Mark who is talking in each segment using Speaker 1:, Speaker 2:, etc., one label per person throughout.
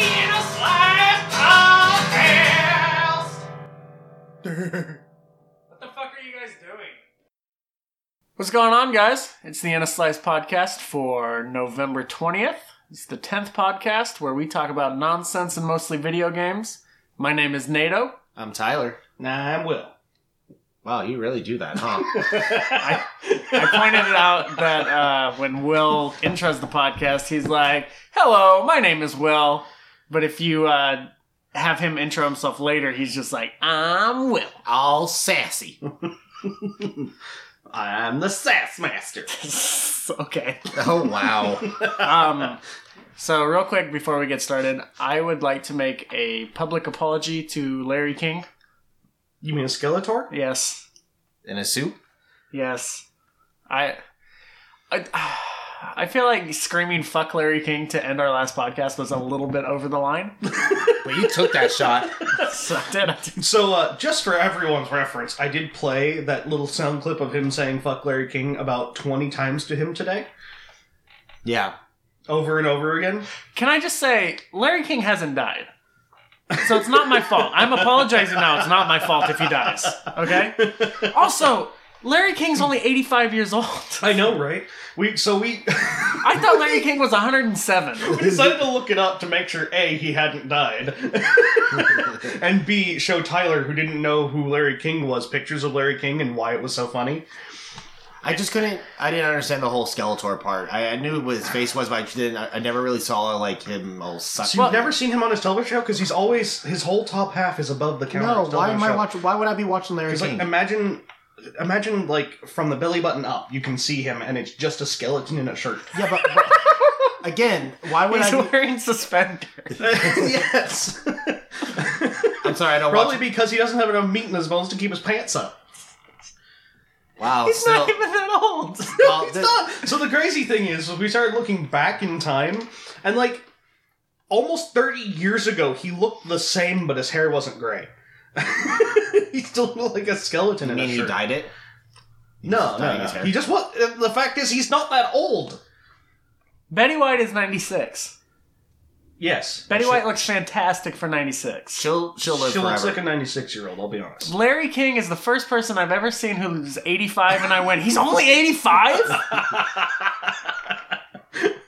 Speaker 1: What's going on, guys? It's the Anna Slice podcast for November 20th. It's the 10th podcast where we talk about nonsense and mostly video games. My name is Nato.
Speaker 2: I'm Tyler.
Speaker 3: Nah, I'm Will.
Speaker 2: Wow, you really do that, huh?
Speaker 3: I,
Speaker 1: I pointed out that uh, when Will intros the podcast, he's like, Hello, my name is Will. But if you uh, have him intro himself later, he's just like, I'm Will.
Speaker 2: All sassy.
Speaker 3: am the sass master.
Speaker 1: okay.
Speaker 2: Oh wow.
Speaker 1: um, so real quick before we get started, I would like to make a public apology to Larry King.
Speaker 3: You mean a Skeletor?
Speaker 1: Yes,
Speaker 2: In a suit?
Speaker 1: yes, I, I, I feel like screaming "fuck Larry King" to end our last podcast was a little bit over the line.
Speaker 2: But you took that shot.
Speaker 1: so I did. I did.
Speaker 3: So, uh, just for everyone's reference, I did play that little sound clip of him saying "fuck Larry King" about twenty times to him today,
Speaker 2: Yeah.
Speaker 3: over and over again.
Speaker 1: Can I just say Larry King hasn't died. So it's not my fault. I'm apologizing now. It's not my fault if he dies. Okay? Also, Larry King's only 85 years old.
Speaker 3: I know, right? We so we
Speaker 1: I thought Larry King was 107.
Speaker 3: we decided to look it up to make sure a he hadn't died, and b show Tyler who didn't know who Larry King was pictures of Larry King and why it was so funny.
Speaker 2: I just couldn't I didn't understand the whole Skeletor part. I, I knew what his face was, but I didn't I, I never really saw like him all suck.
Speaker 3: So you've never seen him on his television show because he's always his whole top half is above the counter.
Speaker 2: no,
Speaker 3: of his
Speaker 2: why am
Speaker 3: television
Speaker 2: I
Speaker 3: show.
Speaker 2: watching why would I be watching Larry
Speaker 3: It's like
Speaker 2: King?
Speaker 3: imagine, imagine like from the belly button up, you can see him, and it's just a skeleton in a shirt.
Speaker 2: yeah, but, but again, why would
Speaker 1: He's
Speaker 2: I be,
Speaker 1: wearing suspenders.
Speaker 3: yes,
Speaker 2: I'm sorry, I don't
Speaker 3: probably
Speaker 2: watch
Speaker 3: because he doesn't have enough meat in his bones to keep his pants up.
Speaker 2: Wow,
Speaker 1: He's
Speaker 2: Oh, still
Speaker 1: not even that old.
Speaker 2: well,
Speaker 3: He's
Speaker 2: the-
Speaker 3: not. So the crazy thing is, is we started looking back in time, and like almost thirty years ago, he looked the same, but his hair wasn't gray. he still looked like a skeleton
Speaker 2: I
Speaker 3: in a
Speaker 2: mean
Speaker 3: shirt.
Speaker 2: he dyed it.
Speaker 3: No,
Speaker 2: dyeing
Speaker 3: no, no.
Speaker 2: his hair.
Speaker 3: He just what? The fact is, he's not that old.
Speaker 1: Betty White is 96.
Speaker 3: Yes,
Speaker 1: Betty
Speaker 2: She-
Speaker 1: White looks fantastic for 96.
Speaker 2: She'll she'll live
Speaker 3: she
Speaker 2: forever.
Speaker 3: looks like a 96 year old i'll be honest
Speaker 1: Larry King is the first person I've ever seen who's 85, and I went, he's only 85?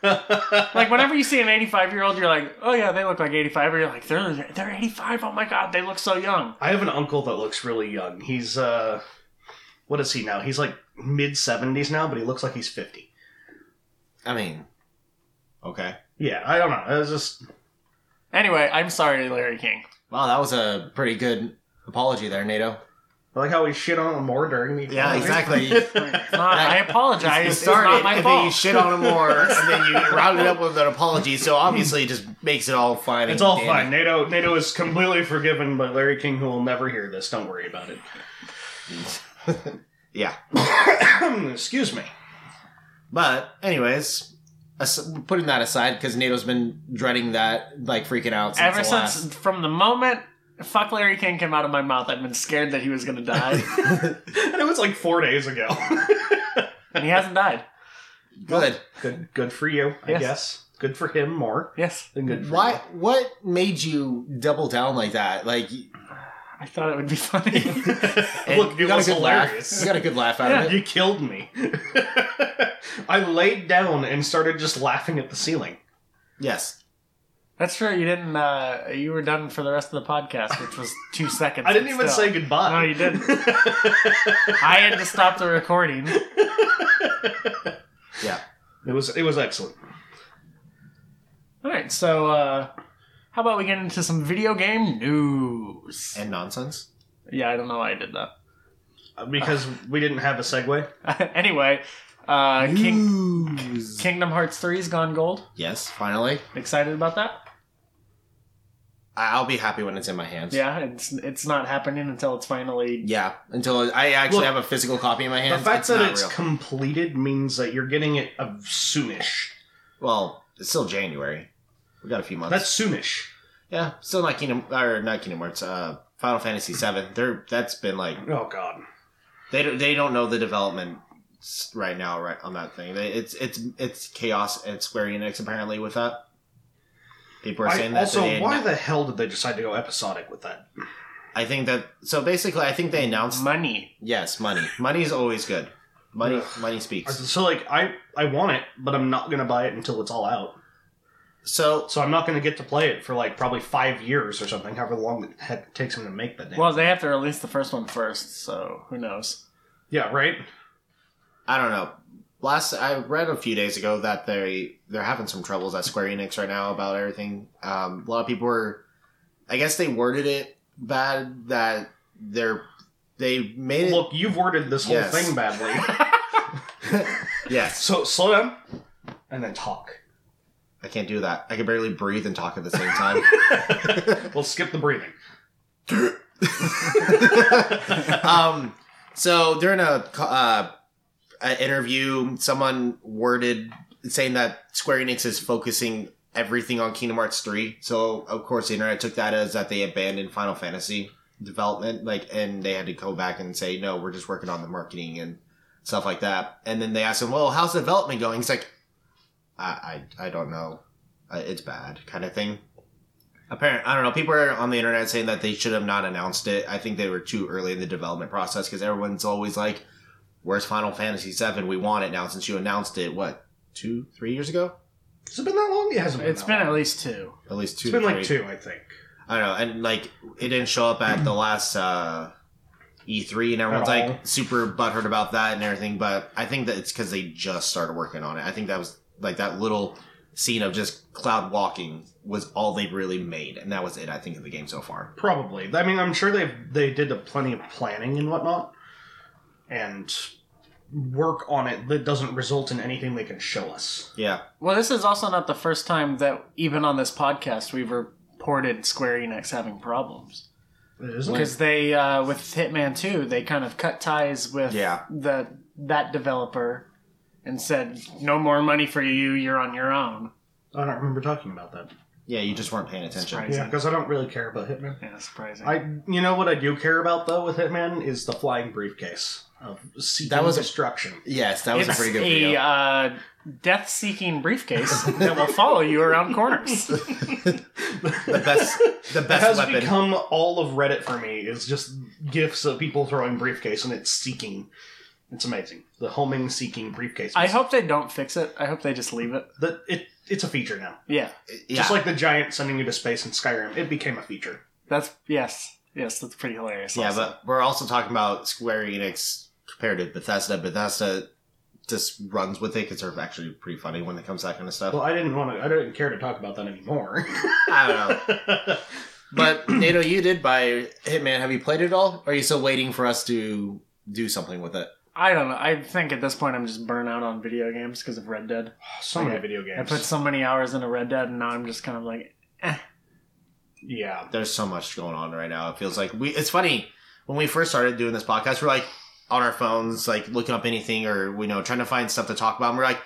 Speaker 1: like, whenever you see an 85 year old, you're like, oh yeah, they look like 85, or you're like, they're, they're 85, oh my god, they look so young.
Speaker 3: i have an uncle that looks really young he's uh what is he now he's like mid 70s now but he looks like he's 50
Speaker 2: I mean Okay.
Speaker 3: yeah i don't know it's just
Speaker 1: Anyway, I'm sorry, Larry King.
Speaker 2: Wow, that was a pretty good apology there, NATO.
Speaker 3: I like how we shit on him more during the
Speaker 2: Yeah, exactly.
Speaker 1: It's not- I apologize.
Speaker 2: You
Speaker 1: It's
Speaker 2: started,
Speaker 1: not my
Speaker 2: and then you
Speaker 1: fault.
Speaker 2: shit on him more, and then you round it up with an apology. So obviously, it just makes it all fine.
Speaker 3: it's
Speaker 2: and
Speaker 3: all
Speaker 2: dandy.
Speaker 3: fine nato nato is completely forgiven by larry king who will never hear this don't worry about
Speaker 2: Yeah,
Speaker 3: it excuse me
Speaker 2: but anyways, as- putting that aside because NATO's been dreading that, like freaking out since
Speaker 1: Ever
Speaker 2: the
Speaker 1: since,
Speaker 2: last.
Speaker 1: from the moment fuck Larry King came out of my mouth, I've been scared that he was going to die.
Speaker 3: and it was like four days ago
Speaker 1: and he hasn't died.
Speaker 2: Good.
Speaker 3: good good for you i
Speaker 1: Yes.
Speaker 3: guess good for him more
Speaker 1: Yes.
Speaker 3: than good for
Speaker 2: Why? What made you double down like that? Like, you
Speaker 1: I thought it would be funny.
Speaker 3: you.
Speaker 2: and
Speaker 3: look
Speaker 2: you
Speaker 3: it
Speaker 2: got
Speaker 3: was
Speaker 2: a good
Speaker 3: hilarious
Speaker 2: laugh. You got a good laugh out of it.
Speaker 3: You killed me. I laid down and started just laughing at the ceiling.
Speaker 2: Yes.
Speaker 1: That's true. You didn't. Uh, you were done for the rest of the podcast, which was two seconds.
Speaker 3: I didn't
Speaker 1: but
Speaker 3: even
Speaker 1: still.
Speaker 3: say goodbye.
Speaker 1: No, you didn't. I had to stop the recording.
Speaker 2: Yeah.
Speaker 3: It was it was excellent.
Speaker 1: All right. So, uh, how about we get into some video game news?
Speaker 2: And nonsense.
Speaker 1: Yeah, I don't know why I did that. Uh,
Speaker 3: Because Uh, we didn't have a segue.
Speaker 1: anyway, uh, King,
Speaker 2: News.
Speaker 1: Kingdom Hearts Three's gone gold.
Speaker 2: Yes. Finally,
Speaker 1: Excited about that?
Speaker 2: I- I'll be happy when it's in my hands.
Speaker 1: Yeah, it's it's not happening until it's finally.
Speaker 2: Yeah, until I actually
Speaker 3: Look,
Speaker 2: have a physical copy in my
Speaker 3: The
Speaker 2: hands.
Speaker 3: fact
Speaker 2: it's
Speaker 3: that
Speaker 2: not
Speaker 3: it's
Speaker 2: real.
Speaker 3: completed means that you're getting it of soonish.
Speaker 2: well, it's still January. We got a few months.
Speaker 3: That's soonish.
Speaker 2: yeah, still not Kingdom or not Kingdom Hearts. Uh, Final Fantasy VII. They're that's been like
Speaker 3: Oh god.
Speaker 2: they don't, they don't know the development s- right now right on that thing. They, it's it's it's chaos at Square Enix apparently with that. People are
Speaker 3: I-
Speaker 2: saying that
Speaker 3: also,
Speaker 2: they
Speaker 3: why the hell did they decide to go episodic with that?
Speaker 2: I think that so basically I think they announced
Speaker 1: Money.
Speaker 2: yes money money's always good. Money,
Speaker 3: Ugh.
Speaker 2: money speaks.
Speaker 3: So like I I want it, but I'm not gonna buy it until it's all out.
Speaker 2: So
Speaker 3: So I'm not gonna get to play it for like probably five years or something, however long it ha- takes them to make that. Damn.
Speaker 1: Well, they have to release the first one first, so who knows?
Speaker 3: yeah, right.
Speaker 2: I don't know. Last I read a few days ago that they they're having some troubles at Square Enix right now about everything. Um, a lot of people were, I guess they worded it bad that they're they made it.
Speaker 3: Look, you've worded this whole
Speaker 2: Yes.
Speaker 3: thing badly.
Speaker 2: yes,
Speaker 3: so slow down and then talk.
Speaker 2: I can't do that. I can barely breathe and talk at the same time.
Speaker 3: We'll skip the breathing.
Speaker 2: um, so during a, co- uh, a interview, someone worded saying that Square Enix is focusing everything on Kingdom Hearts three. So of course, the internet took that as that they abandoned Final Fantasy development, like, and they had to go back and say, no, we're just working on the marketing and stuff like that. And then they asked him, well, how's development going? He's like, I, I, I don't know. Uh, it's bad, kind of thing. Apparent, I don't know. People are on the internet saying that they should have not announced it. I think they were too early in the development process because everyone's always like, "Where's Final Fantasy VII? We want it now." Since you announced it, what two, three years ago?
Speaker 3: Has it been that long? It hasn't. Been
Speaker 1: It's
Speaker 3: that
Speaker 1: been
Speaker 3: long.
Speaker 1: at least two.
Speaker 2: At least two.
Speaker 3: It's been like
Speaker 2: three.
Speaker 3: two, I think.
Speaker 2: I don't know, and like it didn't show up at the last uh, E3, and everyone's
Speaker 3: At all.
Speaker 2: like super butthurt about that and everything. But I think that it's because they just started working on it. I think that was like that little scene of just cloud walking was all they really made, and that was it. I think of the game so far.
Speaker 3: Probably. I mean, I'm sure they they did a plenty of planning and whatnot, and work on it that doesn't result in anything they can show us.
Speaker 2: Yeah,
Speaker 1: Well, this is also not the first time that even on this podcast we've reported Square Enix having problems
Speaker 3: It isn't.
Speaker 1: because they uh, with Hitman Two they kind of cut ties with
Speaker 2: Yeah.
Speaker 1: the that developer and said no more money for you. You're on your own.
Speaker 3: I don't remember talking about that.
Speaker 2: yeah, you just weren't paying attention.
Speaker 1: Surprising.
Speaker 3: Yeah, because I don't really care about Hitman.
Speaker 1: Yeah, surprising.
Speaker 3: I, you know what I do care about though with Hitman is the flying briefcase of seeking
Speaker 2: That was a-
Speaker 3: destruction.
Speaker 2: Yes, that was
Speaker 1: it's
Speaker 2: a pretty good video.
Speaker 1: uh, death-seeking briefcase that will follow you around corners.
Speaker 2: the best, the
Speaker 3: That
Speaker 2: best
Speaker 3: has
Speaker 2: weapon.
Speaker 3: become all of Reddit for me is just gifs of people throwing briefcase and it's seeking. It's amazing. The homing seeking briefcase.
Speaker 1: I hope they don't fix it. I hope they just leave it.
Speaker 3: that it it's a feature now.
Speaker 1: Yeah,
Speaker 2: yeah,
Speaker 3: Just like the giant sending you to space in Skyrim, it became a feature.
Speaker 1: that's yes, yes, that's pretty hilarious.
Speaker 2: yeah,
Speaker 1: also.
Speaker 2: but we're also talking about Square Enix compared to Bethesda. Bethesda just runs with it because they're actually pretty funny when it comes to that kind of stuff.
Speaker 3: Well, I didn't want to. I didn't care to talk about that anymore.
Speaker 2: I don't know. But Nato, you did buy Hitman. Have you played it all? Or are you still waiting for us to do something with it?
Speaker 1: I don't know. I think at this point I'm just burnt out on video games because of Red Dead.
Speaker 3: so many video
Speaker 1: I
Speaker 3: games.
Speaker 1: put so many hours into Red Dead, and now I'm just kind of like,
Speaker 3: yeah,
Speaker 2: There's so much going on right now. It feels like we. It's funny when we first started doing this podcast, we're like on our phones, like looking up anything or we know trying to find stuff to talk about. And we're like,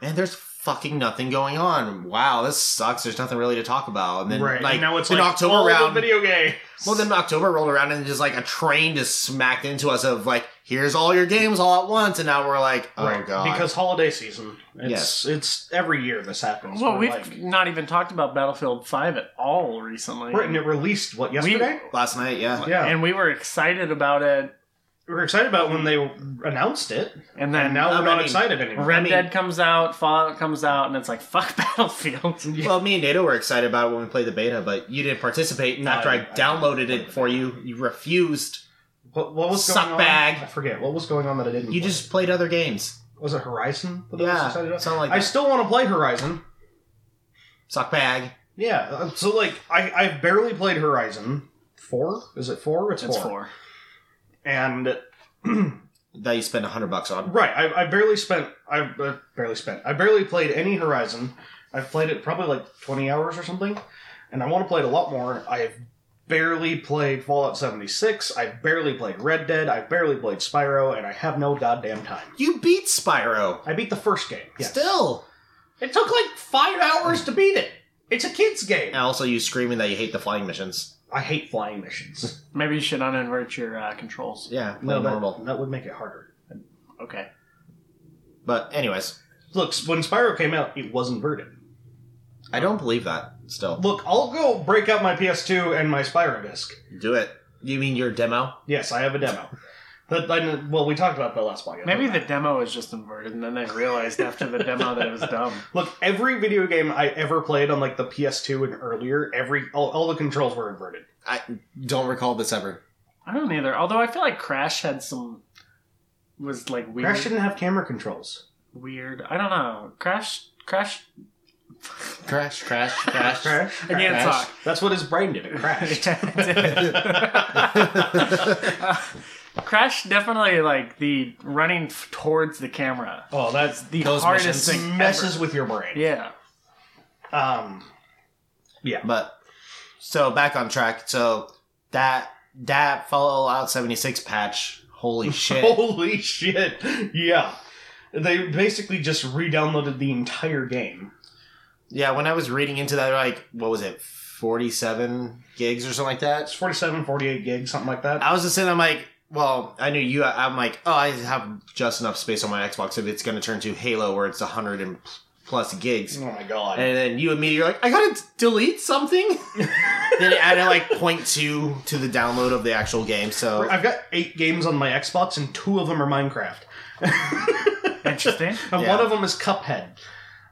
Speaker 2: man, there's fucking nothing going on. Wow, this sucks. There's nothing really to talk about. And then
Speaker 3: right.
Speaker 2: like
Speaker 3: and now it's
Speaker 2: then
Speaker 3: like
Speaker 2: October
Speaker 3: all the
Speaker 2: round.
Speaker 3: video game.
Speaker 2: Well, then October rolled around and just like a train just smacked into us of like, here's all your games all at once, and now we're like, oh
Speaker 3: right,
Speaker 2: god,
Speaker 3: because holiday season. It's,
Speaker 2: Yes.
Speaker 3: it's every year this happens.
Speaker 1: well,
Speaker 3: We're
Speaker 1: we've
Speaker 3: like-
Speaker 1: not even talked about Battlefield Five at all recently.
Speaker 3: right, and it released what yesterday.
Speaker 2: last night, yeah,
Speaker 3: yeah,
Speaker 1: And we were excited about it,
Speaker 3: we were excited about when they announced it,
Speaker 1: and then
Speaker 3: and now
Speaker 2: I
Speaker 3: we're not
Speaker 2: mean,
Speaker 3: excited anymore.
Speaker 1: Red
Speaker 2: I mean-
Speaker 1: Dead comes out, Fallout comes out, and it's like fuck Battlefield.
Speaker 2: Well, me and Nato were excited about it when we played the beta, but you didn't participate. And
Speaker 3: No,
Speaker 2: after I,
Speaker 3: I didn't- I
Speaker 2: downloaded
Speaker 3: didn't
Speaker 2: it for you, you refused.
Speaker 3: What, what was going on?
Speaker 2: Suckbag.
Speaker 3: I forget what was going on that I didn't.
Speaker 2: You
Speaker 3: play?
Speaker 2: just played other games.
Speaker 3: was it Horizon? that I was
Speaker 2: Yeah,
Speaker 3: excited about?
Speaker 2: something like
Speaker 3: I
Speaker 2: that.
Speaker 3: still want to play Horizon.
Speaker 2: Suck bag.
Speaker 3: Yeah, uh, so like I I've barely played Horizon four. Is it four? It's,
Speaker 1: It's
Speaker 3: four.
Speaker 1: four.
Speaker 3: And
Speaker 2: That you spend hundred bucks on.
Speaker 3: right, I, I barely spent. I uh, barely spent. I barely played any Horizon. I've played it probably like twenty hours or something, and I want to play it a lot more. I've barely played Fallout seventy six. I've barely played Red Dead. I've barely played Spyro, and I have no goddamn time.
Speaker 2: You beat Spyro.
Speaker 3: I beat the first game. Yes.
Speaker 2: Still.
Speaker 3: It took like five hours to beat it. It's a kid's game.
Speaker 2: And also, you screaming that you hate the flying missions.
Speaker 3: I hate flying missions.
Speaker 1: Maybe you should uninvert your uh, controls.
Speaker 2: Yeah, play
Speaker 3: that-
Speaker 2: normal.
Speaker 3: that would make it harder.
Speaker 1: Okay.
Speaker 2: But anyways,
Speaker 3: Look, when Spyro came out, it was inverted.
Speaker 2: I don't believe that. Still,
Speaker 3: Look, I'll go break out my PS2 and my Spyro disc.
Speaker 2: do it. You mean your demo?
Speaker 3: Yes, I have a demo. That I know, well, we talked about that last podcast.
Speaker 1: Maybe the demo is just inverted, and then they realized after the demo that it was dumb.
Speaker 3: Look, every video game I ever played on like the PS2 and earlier, every all, all the controls were inverted.
Speaker 2: I don't recall this ever.
Speaker 1: I don't either. Although I feel like Crash had some was like weird.
Speaker 3: Crash didn't have camera controls.
Speaker 1: weird. I don't know. Crash. Crash.
Speaker 2: Crash, crash, crash.
Speaker 1: I can't
Speaker 2: Crash.
Speaker 1: talk.
Speaker 3: That's what his brain did. It crashed.
Speaker 1: Uh, Crash definitely like the running f- towards the camera.
Speaker 3: oh, that's
Speaker 1: The
Speaker 2: Those
Speaker 1: hardest
Speaker 2: missions.
Speaker 1: thing
Speaker 3: messes with your brain.
Speaker 1: Yeah.
Speaker 3: Um, yeah.
Speaker 2: But so back on track. So that that Fallout 76 patch. Holy shit!
Speaker 3: Holy shit! Yeah, they basically just re-downloaded the entire game.
Speaker 2: yeah, when I was reading into that, like what was it, 47 gigs or something like that.
Speaker 3: It's 47, 48 gigs, something like that.
Speaker 2: I was just sitting. I'm like, well, I knew you. I'm like, oh, I have just enough space on my Xbox if it's going to turn to Halo where it's 100 and plus gigs.
Speaker 3: Oh my god!
Speaker 2: And then you immediately are like, I gotta delete something. then it added like 0.2 to the download of the actual game. So
Speaker 3: I've got eight games on my Xbox, and two of them are Minecraft,
Speaker 1: Interesting.
Speaker 3: and
Speaker 2: Yeah.
Speaker 3: one of them is Cuphead.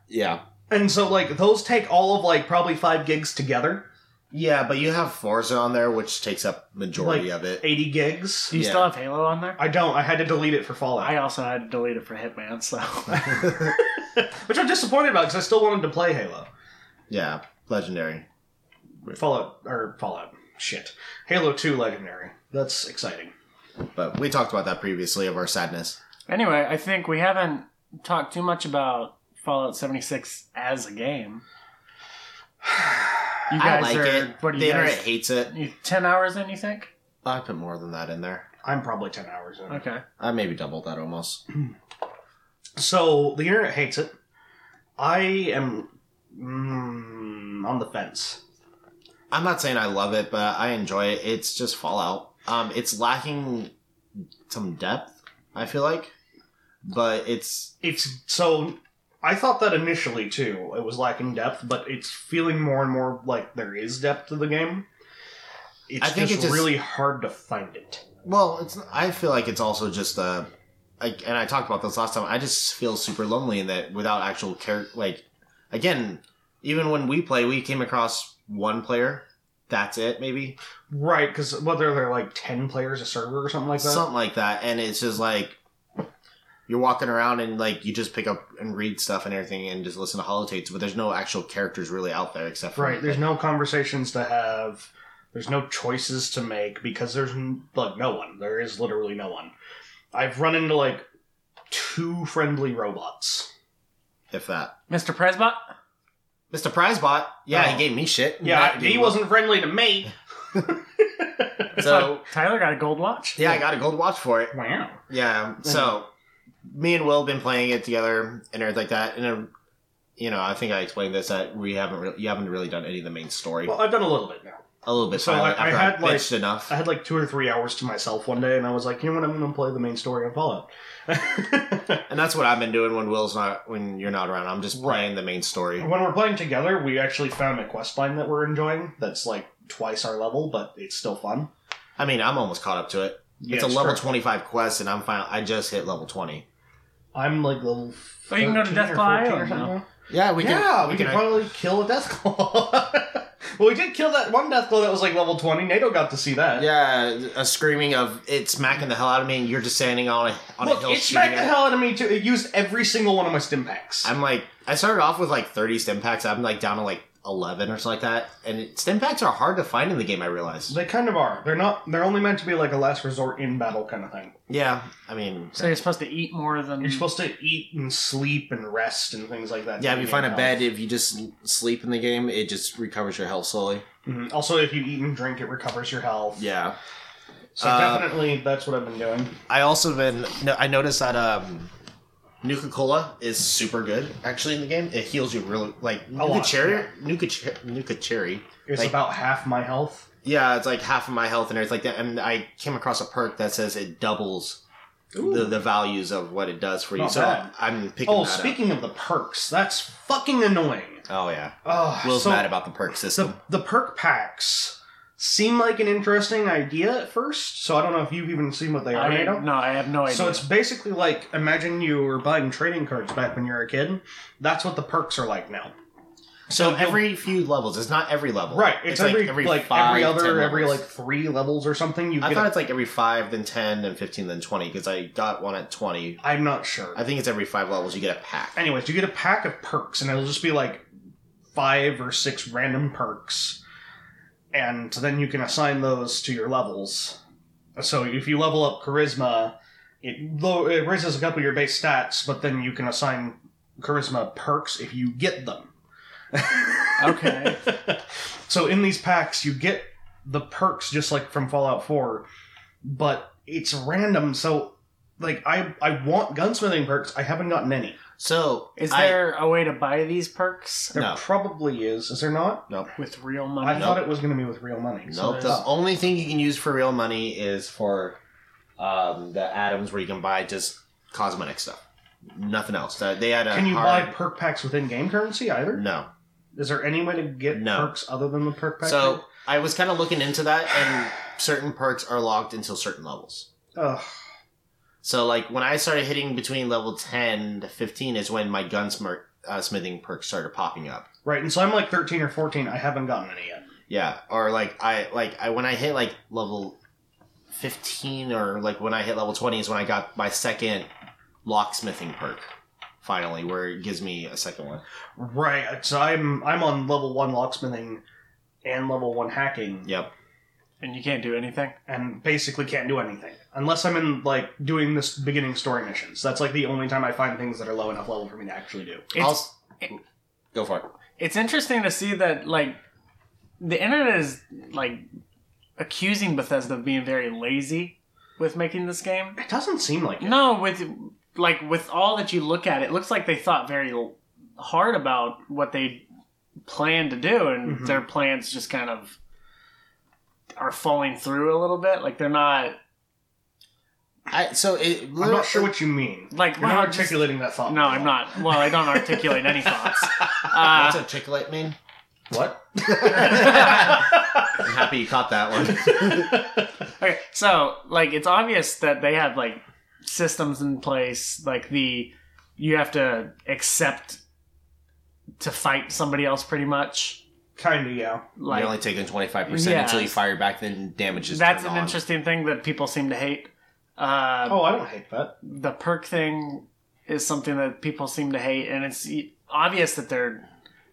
Speaker 2: yeah,
Speaker 3: And so, like, those take all of like probably five gigs together,
Speaker 2: yeah, but you have Forza on there, which takes up majority
Speaker 3: Like,
Speaker 2: of it.
Speaker 3: eighty gigs.
Speaker 1: Do you
Speaker 2: Yeah.
Speaker 1: still have Halo on there?
Speaker 3: I don't. I had to delete it for Fallout,
Speaker 1: I also had to delete it for Hitman, so
Speaker 3: which I'm disappointed about because I still wanted to play Halo.
Speaker 2: Yeah, legendary.
Speaker 3: Fallout or Fallout. Shit. Halo 2 Legendary. That's exciting.
Speaker 2: But we talked about that previously of our sadness.
Speaker 1: anyway, I think we haven't talked too much about Fallout 76 as a game. You
Speaker 2: I
Speaker 1: guys
Speaker 2: like
Speaker 1: are
Speaker 2: it.
Speaker 1: what do
Speaker 2: the
Speaker 1: you
Speaker 2: internet
Speaker 1: guys?
Speaker 2: hates it.
Speaker 1: You, Ten hours in, you think?
Speaker 2: I put more than that in there.
Speaker 3: I'm probably 10 hours in.
Speaker 1: Okay.
Speaker 2: I maybe doubled that almost.
Speaker 3: So, the internet hates it. I am mm, on the fence.
Speaker 2: I'm not saying I love it, but I enjoy it. It's just Fallout. Um, it's lacking some depth. I feel like, but it's
Speaker 3: It's so. I thought that initially too. It was lacking depth, but it's feeling more and more like there is depth to the game. It's
Speaker 2: I think
Speaker 3: just
Speaker 2: it just-
Speaker 3: really hard to find it.
Speaker 2: Well, it's. I feel like it's also just uh Like, and I talked about this last time. I just feel super lonely in that without actual character. Like, again, even when we play, we came across one player. That's it, maybe
Speaker 3: Right, because whether they're like 10 players a server or something like that.
Speaker 2: something like that. And it's just like you're walking around and like you just pick up and read stuff and everything and just listen to holotapes, but there's no actual characters really out there except for
Speaker 3: Right. There's no conversations to have. There's no choices to make because there's n- like no one. There is literally no one. I've run into like two friendly robots.
Speaker 2: if that.
Speaker 1: Mr. Presbot?
Speaker 2: Mr. Prizebot, yeah,
Speaker 3: Oh.
Speaker 2: he gave me shit.
Speaker 3: Yeah,
Speaker 2: That
Speaker 3: he
Speaker 2: dude.
Speaker 3: wasn't friendly to me.
Speaker 2: So
Speaker 1: Tyler got a gold watch?
Speaker 2: yeah, I got a gold watch for it.
Speaker 3: Wow.
Speaker 2: Yeah. So me and Will have been playing it together and everything like that. And uh, you know, I think I explained this that we haven't really, you haven't really done any of the main story.
Speaker 3: Well, I've done a little bit now.
Speaker 2: a little bit.
Speaker 3: so
Speaker 2: finally,
Speaker 3: I- I
Speaker 2: after I,
Speaker 3: had, like-
Speaker 2: bitched enough.
Speaker 3: I had like two or three hours to myself one day, and I was like, you know what? I'm going to play the main story of Fallout.
Speaker 2: and that's what I've been doing when Will's not when you're not around. I'm just playing the main story.
Speaker 3: when we're playing together, we actually found a quest line that we're enjoying. That's like twice our level, but it's still fun.
Speaker 2: I mean, I'm almost caught up to it.
Speaker 3: Yeah,
Speaker 2: it's a level
Speaker 3: true.
Speaker 2: 25 quest, and I'm fine. I just hit level 20.
Speaker 3: I'm like level.
Speaker 1: Oh, you can go to
Speaker 3: 13
Speaker 1: Death
Speaker 3: or
Speaker 1: Claw
Speaker 3: 14 or
Speaker 1: Island now.
Speaker 3: something.
Speaker 2: Yeah, we can.
Speaker 3: yeah, we, could
Speaker 2: I-
Speaker 3: probably kill a death claw. well, we did kill that one death claw that was like level twenty. Nato got to see that.
Speaker 2: yeah, a screaming of it's smacking the hell out of me, and you're just standing on a on a
Speaker 3: Look,
Speaker 2: hill
Speaker 3: it
Speaker 2: shooting.
Speaker 3: smacked the
Speaker 2: at-
Speaker 3: hell out of me too. It used every single one of my stim packs.
Speaker 2: I'm like, I started off with like 30 stim packs. I'm like down to like 11 or something like that. And it- stim packs are hard to find in the game. I realized.
Speaker 3: they kind of are. They're not. They're only meant to be like a last resort in battle kind of thing.
Speaker 2: Yeah, I mean,
Speaker 1: So you're supposed to eat more than
Speaker 3: You're supposed to eat and sleep and rest and things like that.
Speaker 2: yeah. If
Speaker 3: to
Speaker 2: you
Speaker 3: gain
Speaker 2: find a
Speaker 3: health.
Speaker 2: bed, if you just sleep in the game, it just recovers your health slowly.
Speaker 3: Mhm. Also, if you eat and drink, it recovers your health.
Speaker 2: Yeah.
Speaker 3: So
Speaker 2: Uh,
Speaker 3: definitely, that's what I've been doing.
Speaker 2: I also been. No, I noticed that um, Nuka Cola is super good actually in the game. It heals you really like Nuka
Speaker 3: lot,
Speaker 2: Cherry.
Speaker 3: yeah.
Speaker 2: Nuka, cher- Nuka Cherry.
Speaker 3: It's
Speaker 2: like-
Speaker 3: about half my health.
Speaker 2: Yeah, it's like half of my health and everything like that. And I came across a perk that says it doubles the, the values of what it does for you.
Speaker 3: Not
Speaker 2: so
Speaker 3: bad.
Speaker 2: I'm picking.
Speaker 3: Oh,
Speaker 2: that up.
Speaker 3: speaking of the perks, that's fucking annoying.
Speaker 2: Oh yeah,
Speaker 3: Oh,
Speaker 2: Will's
Speaker 3: so
Speaker 2: mad about the perk system.
Speaker 3: the the perk packs. seem like an interesting idea at first. So I don't know if you've even seen what they are
Speaker 1: I,
Speaker 3: made of.
Speaker 1: no, I have no idea.
Speaker 3: So it's basically like imagine you were buying trading cards back when you were a kid. That's what the perks are like now.
Speaker 2: So
Speaker 3: you'll-
Speaker 2: every few levels, it's not every level,
Speaker 3: Right. It's, every like every,
Speaker 2: five,
Speaker 3: other
Speaker 2: 10
Speaker 3: every like
Speaker 2: levels.
Speaker 3: three levels or something. You
Speaker 2: I
Speaker 3: get.
Speaker 2: thought
Speaker 3: a-
Speaker 2: it's like every five, then ten, then fifteen, then twenty. Because I got one at twenty.
Speaker 3: I'm not sure.
Speaker 2: I think it's every five levels you get a pack.
Speaker 3: Anyways, you get a pack of perks, and it'll just be like five or six random perks, and then you can assign those to your levels. So if you level up charisma, it low, it raises a couple of your base stats, but then you can assign charisma perks if you get them.
Speaker 1: okay.
Speaker 3: so in these packs, you get the perks just like from Fallout 4, but it's random. So like I I want gunsmithing perks. I haven't gotten any.
Speaker 2: So
Speaker 1: Is
Speaker 2: I-
Speaker 1: there a way to buy these perks
Speaker 3: There
Speaker 2: No.
Speaker 3: probably is. Is there not?
Speaker 1: with real
Speaker 3: I
Speaker 1: money?
Speaker 3: thought it was going to be with real money. so
Speaker 2: Nope.
Speaker 3: there's-
Speaker 2: The only thing you can use for real money is for um, the atoms where you can buy just cosmetic stuff. Nothing else. Uh, they had a
Speaker 3: Can you
Speaker 2: hard-
Speaker 3: buy perk packs within game currency either?
Speaker 2: No.
Speaker 3: Is there any way to get
Speaker 2: No.
Speaker 3: perks other than the perk pack?
Speaker 2: So
Speaker 3: thing?
Speaker 2: I was kind of looking into that, and certain perks are locked until certain levels.
Speaker 3: Ugh.
Speaker 2: So like when I started hitting between level ten to fifteen is when my gunsmith uh, smithing perks started popping up.
Speaker 3: right, and so I'm like 13 or 14. I haven't gotten any yet.
Speaker 2: Yeah, or like I like I when I hit like level fifteen or like when I hit level twenty is when I got my second locksmithing perk finally, where it gives me a second one.
Speaker 3: Right, so I'm I'm on level one locksmithing and level one hacking,
Speaker 2: Yep.
Speaker 1: and you can't do anything.
Speaker 3: and basically can't do anything unless I'm in like doing this beginning story missions. That's like the only time I find things that are low enough level for me to actually do.
Speaker 1: It's,
Speaker 2: I'll s- go for it.
Speaker 1: it's interesting to see that like the internet is like accusing Bethesda of being very lazy with making this game.
Speaker 3: It doesn't seem like it.
Speaker 1: No, with like with all that you look at, it looks like they thought very l- hard about what they planned to do, and
Speaker 3: Mhm.
Speaker 1: their plans just kind of are falling through a little bit. Like they're not
Speaker 2: I so it.
Speaker 3: I'm not sure what you mean.
Speaker 1: like
Speaker 3: You're
Speaker 1: wow,
Speaker 3: not
Speaker 1: just-
Speaker 3: articulating that thought.
Speaker 1: No, I'm not. Well, I don't articulate any thoughts. Uh,
Speaker 2: What's a chicklet mean?
Speaker 3: What?
Speaker 2: I'm happy you caught that one.
Speaker 1: Okay, so like it's obvious that they have like systems in place, like the you have to accept to fight somebody else pretty much.
Speaker 3: kind of, yeah.
Speaker 1: Like
Speaker 2: You're only taking twenty five percent
Speaker 1: Yeah.
Speaker 2: until you fire back. Then damage is
Speaker 1: that's
Speaker 2: turned
Speaker 1: an
Speaker 2: on.
Speaker 1: interesting thing that people seem to hate. Uh,
Speaker 3: Oh, I don't hate that.
Speaker 1: The perk thing is something that people seem to hate, and it's e- obvious that they're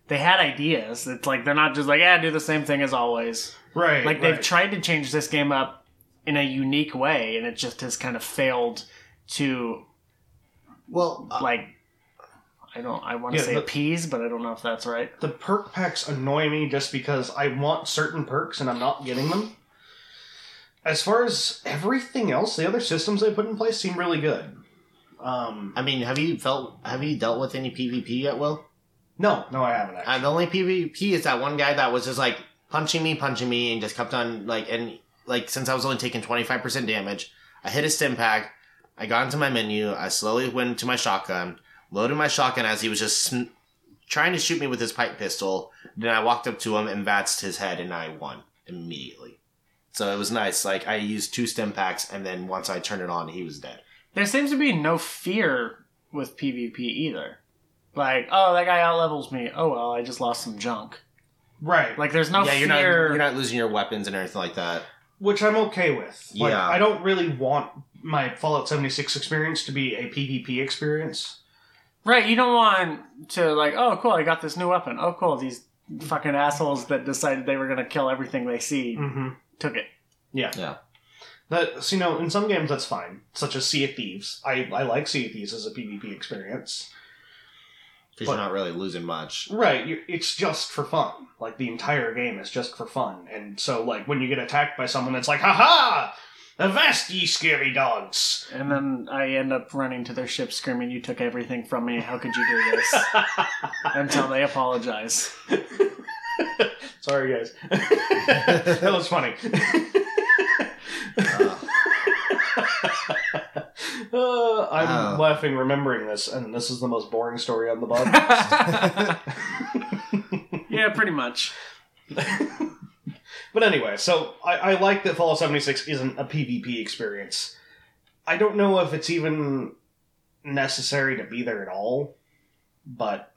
Speaker 1: they had ideas. It's like they're not just like ah, do the same thing as always.
Speaker 3: Right.
Speaker 1: like
Speaker 3: right.
Speaker 1: they've tried to change this game up in a unique way and it just has kind of failed to
Speaker 2: Well, uh,
Speaker 1: like i don't i want to
Speaker 3: Yeah,
Speaker 1: say
Speaker 3: the-
Speaker 1: appease but i don't know if that's right
Speaker 3: the perk packs annoy me just because I want certain perks and I'm not getting them. As far as everything else, the other systems they put in place seem really good. Um,
Speaker 2: I mean, have you felt? Have you dealt with any PvP yet, Will?
Speaker 3: no, no, I haven't
Speaker 2: Uh,
Speaker 3: actually.
Speaker 2: the only PvP is that one guy that was just like punching me, punching me, and just kept on like and like since I was only taking twenty five percent damage, I hit a stim pack. I got into my menu. I slowly went to my shotgun, loaded my shotgun as he was just sm- trying to shoot me with his pipe pistol. Then I walked up to him and vatsed his head, and I won immediately. So it was nice. Like I used two stim packs, and then once I turned it on, he was dead.
Speaker 1: there seems to be no fear with pvp either like oh that guy outlevels me oh well i just lost some junk
Speaker 3: Right.
Speaker 1: like there's no
Speaker 2: yeah, you're not
Speaker 1: fear
Speaker 2: you're not losing your weapons and everything like that.
Speaker 3: Which I'm okay with. Like,
Speaker 2: Yeah.
Speaker 3: I don't really want my Fallout 76 experience to be a PvP experience.
Speaker 1: right you don't want to like oh cool i got this new weapon oh cool these fucking assholes that decided they were going to kill everything they see
Speaker 2: Mm.
Speaker 3: Mm-hmm.
Speaker 1: took it
Speaker 3: That, so, you know, in some games that's fine, such as Sea of Thieves. I, I like Sea of Thieves as a PvP experience.
Speaker 2: Because
Speaker 3: But-
Speaker 2: you're not really losing much.
Speaker 3: Right, you it's just for fun. Like the entire game is just for fun, and so like when you get attacked by someone, it's like, "Ha ha! Avast ye scary dogs!"
Speaker 1: And then I end up running to their ship screaming, You took everything from me. How could you do this? Until they apologize.
Speaker 3: Sorry, guys, that was funny.
Speaker 2: Uh,
Speaker 3: Uh, I'm
Speaker 2: Oh.
Speaker 3: laughing remembering this, and this is the most boring story on the bug.
Speaker 1: yeah, pretty much.
Speaker 3: But anyway, so I, I like that Fallout 76 isn't a PvP experience. I don't know if it's even necessary to be there at all, but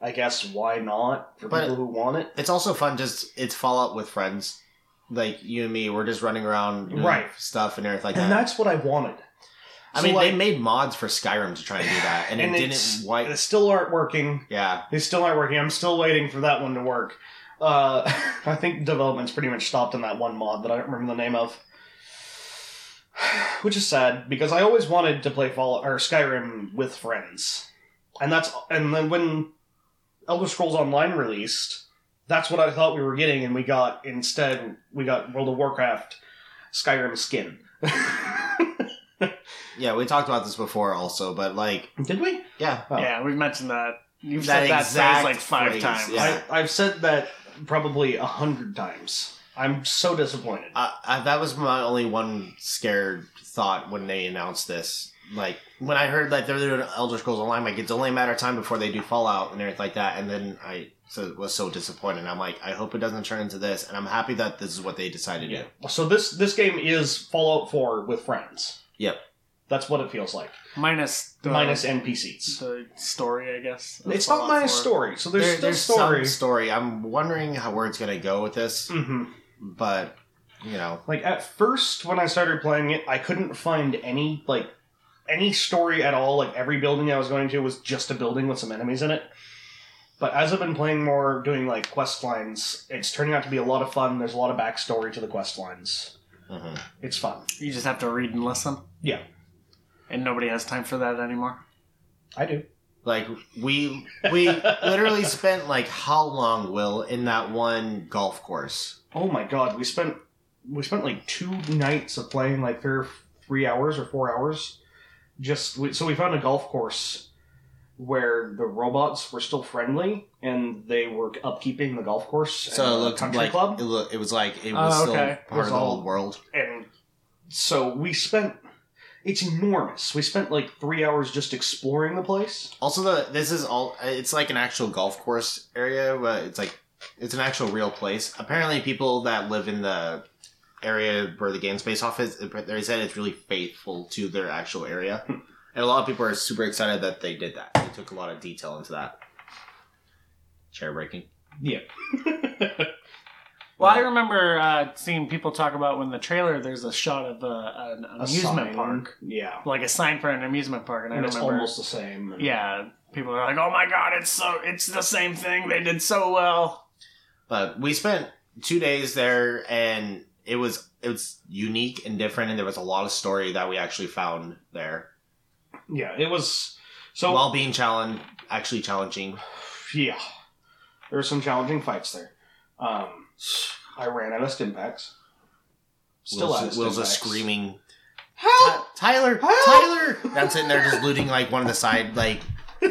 Speaker 3: I guess why not for
Speaker 2: But-
Speaker 3: people who want it?
Speaker 2: It's also fun. Just it's Fallout with friends, like you and me. We're just running around, doing
Speaker 3: Right.
Speaker 2: Stuff and everything like
Speaker 3: And
Speaker 2: that.
Speaker 3: that's what I wanted.
Speaker 2: I
Speaker 3: so
Speaker 2: mean,
Speaker 3: like-
Speaker 2: they made mods for Skyrim to try and do that, and, it
Speaker 3: it's-
Speaker 2: didn't. Wipe.
Speaker 3: They still aren't working.
Speaker 2: Yeah,
Speaker 3: They still aren't working. I'm still waiting for that one to work. Uh, I think development's pretty much stopped on that one mod that I don't remember the name of, which is sad because I always wanted to play Fall or Skyrim with friends, and that's and then when Elder Scrolls Online released, that's what I thought we were getting, and we got instead we got World of Warcraft Skyrim skin.
Speaker 2: yeah. We talked about this before, also, but like,
Speaker 3: Did we?
Speaker 2: yeah,
Speaker 3: Oh.
Speaker 1: Yeah, we've mentioned that. You've
Speaker 2: That
Speaker 1: said that
Speaker 2: exact
Speaker 1: phrase like five
Speaker 2: phrase,
Speaker 1: times.
Speaker 2: yeah.
Speaker 3: I, I've said that probably a hundred times. I'm so disappointed.
Speaker 2: uh, uh, that was my only one scared thought when they announced this. Like when I heard that they're doing Elder Scrolls Online, like it's only a matter of time before they do Fallout and everything like that. And then I so, was so disappointed. I'm like, I hope it doesn't turn into this. And I'm happy that this is what they decided to do.
Speaker 3: So this this game is Fallout 4 with friends.
Speaker 2: Yep.
Speaker 3: That's what it feels like,
Speaker 1: Minus the,
Speaker 3: minus NPCs.
Speaker 1: the story, I guess. of
Speaker 3: It's not
Speaker 1: Fallout
Speaker 3: minus
Speaker 1: 4.
Speaker 3: story, so there's
Speaker 2: There-
Speaker 3: still story.
Speaker 2: some story. I'm wondering how where it's gonna go with this,
Speaker 3: hmm
Speaker 2: but you know,
Speaker 3: Like at first, when I started playing it, I couldn't find any like any story at all. Like every building I was going to was just a building with some enemies in it. But as I've been playing more, doing like quest lines, it's turning out to be a lot of fun. There's a lot of backstory to the quest lines.
Speaker 2: mhm.
Speaker 3: It's fun.
Speaker 1: You just have to read and listen.
Speaker 3: Yeah.
Speaker 1: And nobody has time for that anymore.
Speaker 3: I do.
Speaker 2: like we we literally spent like how long, Will, in that one golf course?
Speaker 3: Oh my god, we spent we spent like two nights of playing like three or three hours or four hours. Just we, so we found a golf course where the robots were still friendly and they were upkeeping the golf course. and
Speaker 2: So it
Speaker 3: the
Speaker 2: looked
Speaker 3: country
Speaker 2: like
Speaker 3: club,
Speaker 2: It, loo- it was like it
Speaker 1: Oh,
Speaker 2: was still
Speaker 1: okay.
Speaker 2: part
Speaker 3: It was
Speaker 2: of the
Speaker 3: all-
Speaker 2: old world.
Speaker 3: and so we spent. It's enormous. We spent like three hours just exploring the place.
Speaker 2: Also, the this is all. It's like an actual golf course area, but it's like it's an actual real place. Apparently, people that live in the area where the game space office, they said it's really faithful to their actual area, and a lot of people are super excited that they did that. They took a lot of detail into that. Chair breaking.
Speaker 3: Yeah.
Speaker 1: Well, I remember uh, seeing people talk about when the trailer. There's a shot of uh, an
Speaker 3: A
Speaker 1: amusement
Speaker 3: sign.
Speaker 1: park,
Speaker 3: Yeah.
Speaker 1: like a sign for an amusement park, and,
Speaker 3: And
Speaker 1: I
Speaker 3: it's
Speaker 1: remember.
Speaker 3: almost the same.
Speaker 1: yeah, people are like, "Oh my god, it's so it's the same thing. They did so well."
Speaker 2: But we spent two days there, and it was it was unique and different, and there was a lot of story that we actually found there
Speaker 3: Yeah. It was so
Speaker 2: while being challenged, actually challenging.
Speaker 3: Yeah. There were some challenging fights there. Um, I ran out of Stimpaks. Still
Speaker 2: Will's,
Speaker 3: out of
Speaker 2: Will's
Speaker 3: Stimpaks.
Speaker 2: just screaming,
Speaker 3: Help!
Speaker 2: "Ty- Tyler,
Speaker 3: Help!"
Speaker 2: Tyler! And I'm sitting there just looting like one of the side like
Speaker 3: He's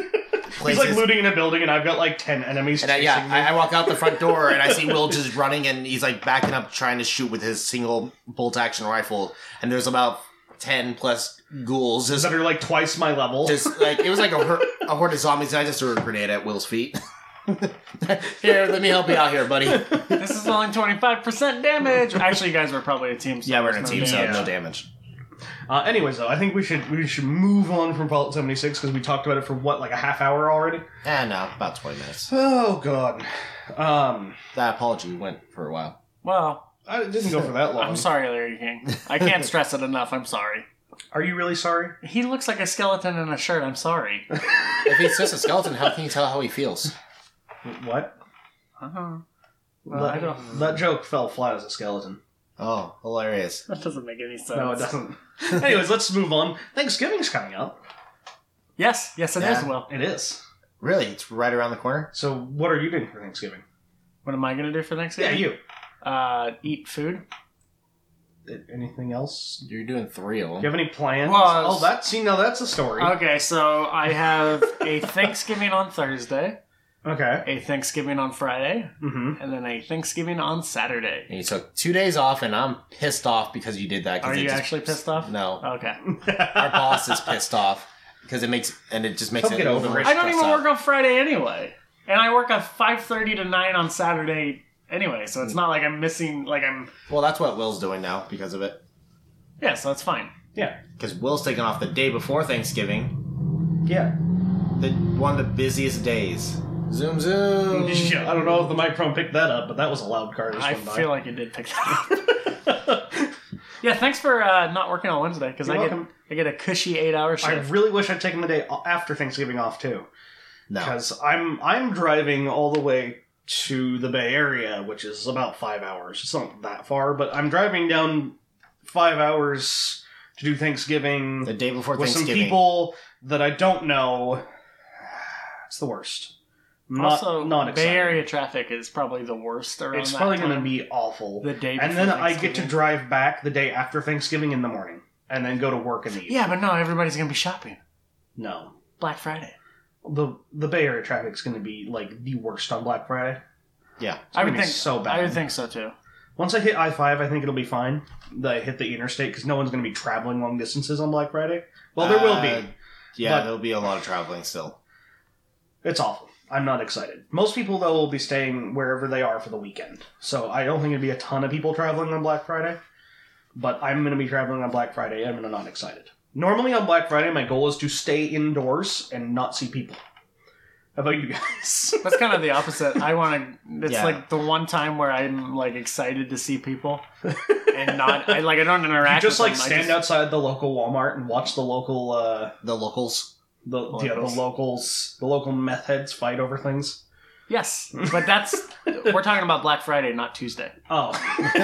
Speaker 2: places.
Speaker 3: like looting in a building, and I've got like ten enemies
Speaker 2: and I,
Speaker 3: chasing
Speaker 2: yeah,
Speaker 3: me.
Speaker 2: I, I walk out the front door and I see Will just running and he's like backing up trying to shoot with his single bolt action rifle. And there's about 10 plus ghouls just
Speaker 3: that are like twice my level.
Speaker 2: just like it was like a, hor- a horde of zombies and i just threw a grenade at will's feet here let me help you out here buddy
Speaker 1: This is only twenty five percent damage. Actually, you guys were probably a team. so
Speaker 2: yeah we're in a
Speaker 1: there's
Speaker 2: team
Speaker 1: no
Speaker 2: so
Speaker 1: damage.
Speaker 2: no damage
Speaker 3: Uh, anyways, though, I think we should we should move on from Fallout seventy six because we talked about it for what like a half hour already.
Speaker 2: and Eh, no about 20 minutes
Speaker 3: Oh god, um,
Speaker 2: that apology went for a while
Speaker 1: Well,
Speaker 3: I it didn't go for that long.
Speaker 1: I'm sorry, Larry King. I can't stress it enough. I'm sorry.
Speaker 3: Are you really sorry?
Speaker 1: He looks like a skeleton in a shirt. I'm sorry.
Speaker 2: if he's just a skeleton how can you tell how he feels
Speaker 3: What?
Speaker 1: Uh-huh. Well,
Speaker 3: that,
Speaker 1: I don't-
Speaker 3: that joke fell flat as a skeleton.
Speaker 2: oh hilarious
Speaker 1: That doesn't make any sense.
Speaker 3: No, it doesn't. anyways, let's move on. Thanksgiving's coming up.
Speaker 1: Yes, yes, it is.
Speaker 2: Yeah.
Speaker 1: Will,
Speaker 3: It is.
Speaker 2: really it's right around the corner
Speaker 3: So, what are you doing for Thanksgiving?
Speaker 1: what am I gonna do for
Speaker 3: Yeah,
Speaker 1: Thanksgiving?
Speaker 3: you.
Speaker 1: Uh, eat food.
Speaker 3: Anything else?
Speaker 2: you're doing three of
Speaker 3: Do
Speaker 2: them
Speaker 3: you have any plans?
Speaker 1: Well, I was-
Speaker 3: oh, that see, now that's a story.
Speaker 1: Okay, so I have a Thanksgiving on Thursday,
Speaker 3: okay.
Speaker 1: a Thanksgiving on Friday,
Speaker 3: Mm-hmm.
Speaker 1: and then a Thanksgiving on Saturday.
Speaker 2: and you took two days off and i'm pissed off because you did that 'cause
Speaker 1: Are
Speaker 2: it
Speaker 1: you
Speaker 2: just-
Speaker 1: actually pissed off?
Speaker 2: no
Speaker 1: Okay.
Speaker 2: our boss is pissed off because it makes and it just makes
Speaker 3: He'll
Speaker 2: it
Speaker 3: get
Speaker 2: a little
Speaker 3: over it.
Speaker 2: bit
Speaker 1: I don't
Speaker 2: stressed
Speaker 1: even
Speaker 2: out.
Speaker 1: work on Friday anyway, and I work at five thirty to nine on Saturday anyway, so it's not like I'm missing. Like I'm
Speaker 2: Well, that's what Will's doing now because of it.
Speaker 1: yeah, so that's fine.
Speaker 3: Yeah.
Speaker 2: Because Will's taking off the day before Thanksgiving,
Speaker 3: Yeah.
Speaker 2: the one of the busiest days. Zoom, zoom.
Speaker 3: I don't know if the microphone picked that up, but that was a loud car this
Speaker 1: I
Speaker 3: one
Speaker 1: feel like it did pick that up. yeah, thanks for uh, not working on Wednesday because I
Speaker 3: You're
Speaker 1: get
Speaker 3: welcome.
Speaker 1: I get a cushy eight hour
Speaker 3: I
Speaker 1: shift.
Speaker 3: really wish I'd taken the day o- after Thanksgiving off too.
Speaker 2: No.
Speaker 3: because I'm I'm driving all the way to the Bay Area, which is about five hours. It's not that far, but I'm driving down five hours to do
Speaker 2: The
Speaker 3: Thanksgiving
Speaker 2: day before
Speaker 3: with some
Speaker 2: Thanksgiving.
Speaker 3: people that I don't know. It's the worst. Not,
Speaker 1: also,
Speaker 3: not
Speaker 1: Bay
Speaker 3: exciting.
Speaker 1: Area traffic is probably the worst around.
Speaker 3: It's
Speaker 1: that
Speaker 3: probably going to
Speaker 1: time.
Speaker 3: be awful.
Speaker 1: the day,
Speaker 3: and
Speaker 1: before
Speaker 3: then I get to
Speaker 1: Thanksgiving.
Speaker 3: drive back the day after Thanksgiving in the morning, and then go to work in the evening.
Speaker 1: Yeah, but no, everybody's gonna be shopping
Speaker 3: No.
Speaker 1: Black Friday.
Speaker 3: The the Bay Area traffic's going to be like the worst on Black Friday.
Speaker 2: Yeah.
Speaker 3: It's
Speaker 1: I
Speaker 3: gonna
Speaker 1: would
Speaker 3: be
Speaker 1: think
Speaker 3: so bad.
Speaker 1: I would think so too.
Speaker 3: Once I hit I five, I think it'll be fine. That I hit the interstate because no one's going to be traveling long distances on Black Friday. Well, there will
Speaker 2: Uh,
Speaker 3: be.
Speaker 2: Yeah,
Speaker 3: But-
Speaker 2: there'll be a lot of traveling still.
Speaker 3: It's awful. I'm not excited. Most people though will be staying wherever they are for the weekend, so I don't think it'll be a ton of people traveling on Black Friday. But I'm going to be traveling on Black Friday. and I'm not excited. Normally on Black Friday, my goal is to stay indoors and not see people. How about you guys?
Speaker 1: That's kind of the opposite. I want to. It's
Speaker 2: Yeah.
Speaker 1: like the one time where I'm like excited to see people and not. I like I don't interact.
Speaker 3: just
Speaker 1: with
Speaker 3: like
Speaker 1: them. I
Speaker 3: stand outside the local Walmart and watch the local uh,
Speaker 2: The locals.
Speaker 3: the yeah, the
Speaker 1: Locals.
Speaker 3: locals the local meth heads fight over things.
Speaker 1: Yes, but that's we're talking about Black Friday, not Tuesday.
Speaker 3: Oh,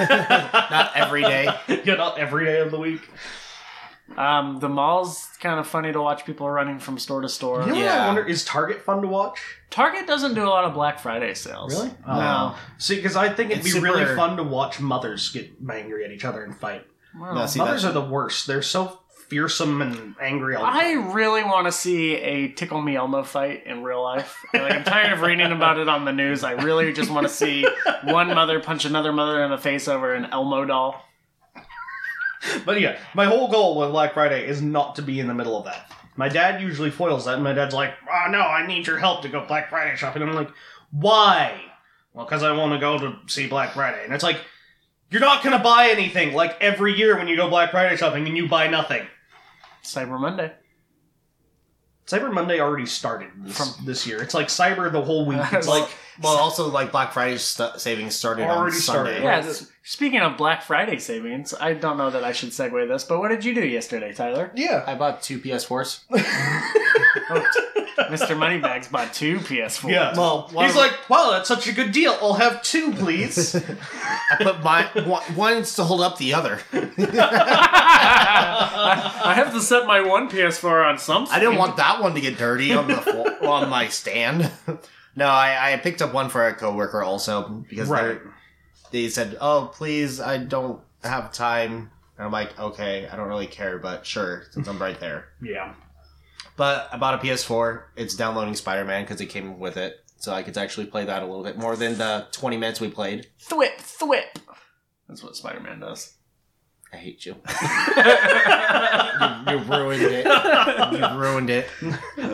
Speaker 2: Not every day.
Speaker 3: yeah, not every day of the week.
Speaker 1: Um, the mall's kind of funny to watch people running from store to store.
Speaker 3: You know what I
Speaker 2: Yeah.
Speaker 3: wonder is Target fun to watch?
Speaker 1: Target doesn't do a lot of Black Friday sales.
Speaker 3: Really?
Speaker 1: No.
Speaker 2: No.
Speaker 3: Um, See, because I think it'd
Speaker 2: It's
Speaker 3: be really
Speaker 2: super-
Speaker 3: fun to watch mothers get angry at each other and fight.
Speaker 1: Well,
Speaker 2: No, see,
Speaker 3: mothers
Speaker 2: that's-
Speaker 3: are the worst. They're so fearsome and angry all the
Speaker 1: I
Speaker 3: time.
Speaker 1: really want to see a Tickle Me Elmo fight in real life. Like, I'm tired of reading about it on the news. I really just want to see one mother punch another mother in the face over an Elmo doll.
Speaker 3: But yeah, my whole goal with Black Friday is not to be in the middle of that. My dad usually foils that, and my dad's like, "Oh no, I need your help to go Black Friday shopping." I'm like, "Why?" Well, because I want to go to see Black Friday, and it's like, you're not gonna buy anything. Like every year when you go Black Friday shopping, and you buy nothing.
Speaker 1: Cyber Monday.
Speaker 3: Cyber Monday already started this,
Speaker 1: From-
Speaker 3: this year. It's like Cyber the whole week. It's like
Speaker 2: Well, also like Black Friday st- savings started
Speaker 3: Already
Speaker 2: on
Speaker 3: started.
Speaker 2: Sunday.
Speaker 3: Yeah,
Speaker 1: Yes. Speaking of Black Friday savings, I don't know that I should segue this, but what did you do yesterday, Tyler?
Speaker 3: yeah,
Speaker 2: I bought two PS4s.
Speaker 1: Oh, Mr. Moneybags bought two PS4.
Speaker 3: yeah.
Speaker 2: Well, one
Speaker 3: he's
Speaker 2: of-
Speaker 3: like, "Wow, that's such a good deal. I'll have two, please."
Speaker 2: I put my one- one's to hold up the other.
Speaker 1: I, I have to set my one PS4 on something.
Speaker 2: I didn't want that one to get dirty on the flo- on my stand. No, I, I picked up one for a coworker also because
Speaker 3: Right.
Speaker 2: they're- they said, "Oh, please, I don't have time." And I'm like, "Okay, I don't really care, but sure, since I'm right there."
Speaker 3: yeah,
Speaker 2: But I bought a PS4. It's downloading Spider Man because it came with it, so I could actually play that a little bit more than the 20 minutes we played.
Speaker 1: thwip thwip. That's what Spider Man does.
Speaker 2: I hate you. You ruined it. You ruined it.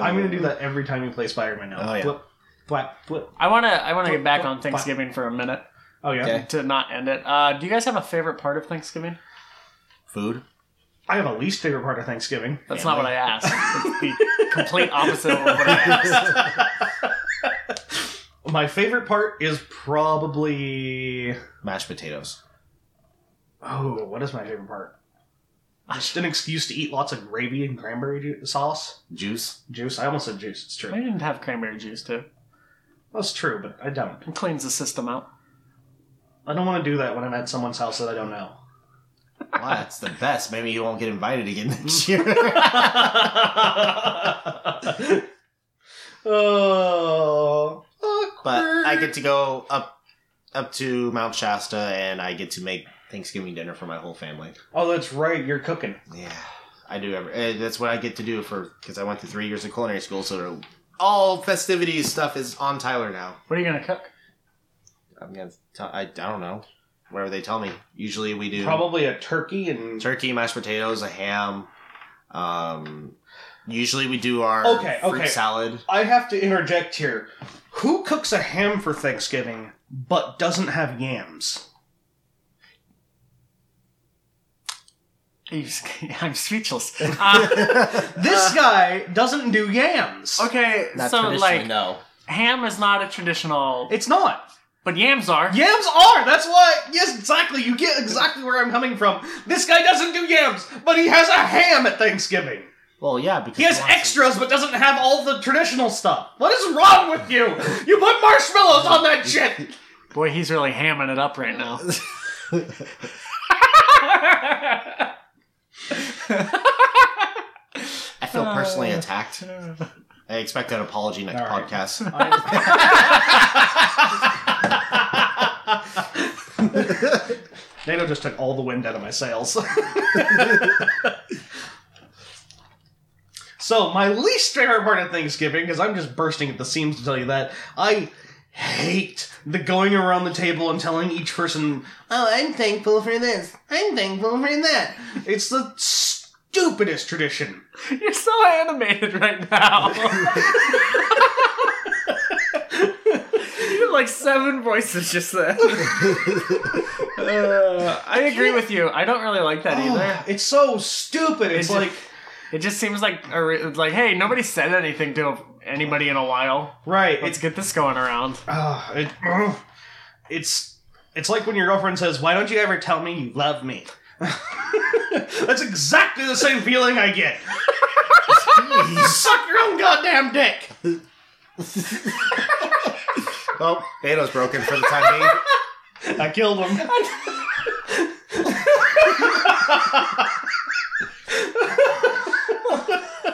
Speaker 3: I'm gonna do that every time you play Spider-Man now.
Speaker 2: Oh, yeah.
Speaker 3: Flip, flap, flip.
Speaker 1: I want to. I want to get back on Thanksgiving for a minute
Speaker 3: Oh yeah.
Speaker 2: Okay.
Speaker 1: to not end it. Uh, do you guys have a favorite part of Thanksgiving?
Speaker 2: Food.
Speaker 3: I have a least favorite part of Thanksgiving.
Speaker 1: That's not what I asked. It's the complete opposite of what I asked.
Speaker 3: My favorite part is probably
Speaker 2: Mashed potatoes.
Speaker 3: oh, what is my favorite part? Just an excuse to eat lots of gravy and cranberry ju- sauce
Speaker 2: Juice.
Speaker 3: juice. I almost said juice. It's
Speaker 1: I
Speaker 3: true.
Speaker 1: didn't have cranberry juice too.
Speaker 3: That's true, but I don't.
Speaker 1: It cleans the system out.
Speaker 3: I don't want to do that when I'm at someone's house that I don't know.
Speaker 2: Wow, that's the best. Maybe you won't get invited again next year.
Speaker 3: oh, awkward.
Speaker 2: but I get to go up up to Mount Shasta and I get to make Thanksgiving dinner for my whole family.
Speaker 3: Oh, that's right. You're cooking.
Speaker 2: Yeah, I do every. eh, That's what I get to do for because I went through three years of culinary school, so all festivities stuff is on Tyler now.
Speaker 1: What are you gonna cook?
Speaker 2: I'm gonna. T- I am going to I do not know. Wherever they tell me. Usually we do
Speaker 3: Probably a turkey and
Speaker 2: turkey, mashed potatoes, a ham. Um, usually we do our
Speaker 3: Okay,
Speaker 2: fruit
Speaker 3: okay.
Speaker 2: salad.
Speaker 3: I have to interject here. Who cooks a ham for Thanksgiving but doesn't have yams.
Speaker 1: You s- I'm speechless.
Speaker 3: Ah.
Speaker 1: Uh,
Speaker 3: This guy doesn't do yams.
Speaker 1: okay,
Speaker 2: Not
Speaker 1: so
Speaker 2: traditionally,
Speaker 1: like
Speaker 2: no.
Speaker 1: ham is not a traditional,
Speaker 3: It's not.
Speaker 1: but yams are.
Speaker 3: Yams are. That's why. Yes, exactly. You get exactly where I'm coming from. This guy doesn't do yams, but he has a ham at Thanksgiving.
Speaker 2: Well, yeah, because
Speaker 3: He has
Speaker 2: wants
Speaker 3: extras, but doesn't have all the traditional stuff. What is wrong with you? You put marshmallows on that shit.
Speaker 1: Boy, he's really hamming it up right now.
Speaker 2: to- I feel personally
Speaker 1: Uh.
Speaker 2: attacked. I expect an apology next
Speaker 3: All right.
Speaker 2: podcast.
Speaker 3: NATO just took all the wind out of my sails. so my least favorite part of Thanksgiving, because I'm just bursting at the seams to tell you that, I hate the going around the table and telling each person, "Oh, I'm thankful for this. I'm thankful for that." It's the stupidest tradition.
Speaker 1: You're so animated right now. you did like seven voices just there. Uh, I agree with you. I don't really like that either.
Speaker 3: It's so stupid. It's,
Speaker 1: It's
Speaker 3: like.
Speaker 1: It just seems like a re- it's like, hey, nobody said anything to anybody in a while.
Speaker 3: Right,
Speaker 1: Let's
Speaker 3: it's
Speaker 1: get this going around.
Speaker 3: Ah, it, ugh. it's it's like when your girlfriend says, "Why don't you ever tell me you love me?" That's exactly the same feeling I get. Suck your own goddamn dick.
Speaker 2: well, Beto's broken for the time being.
Speaker 3: I killed him.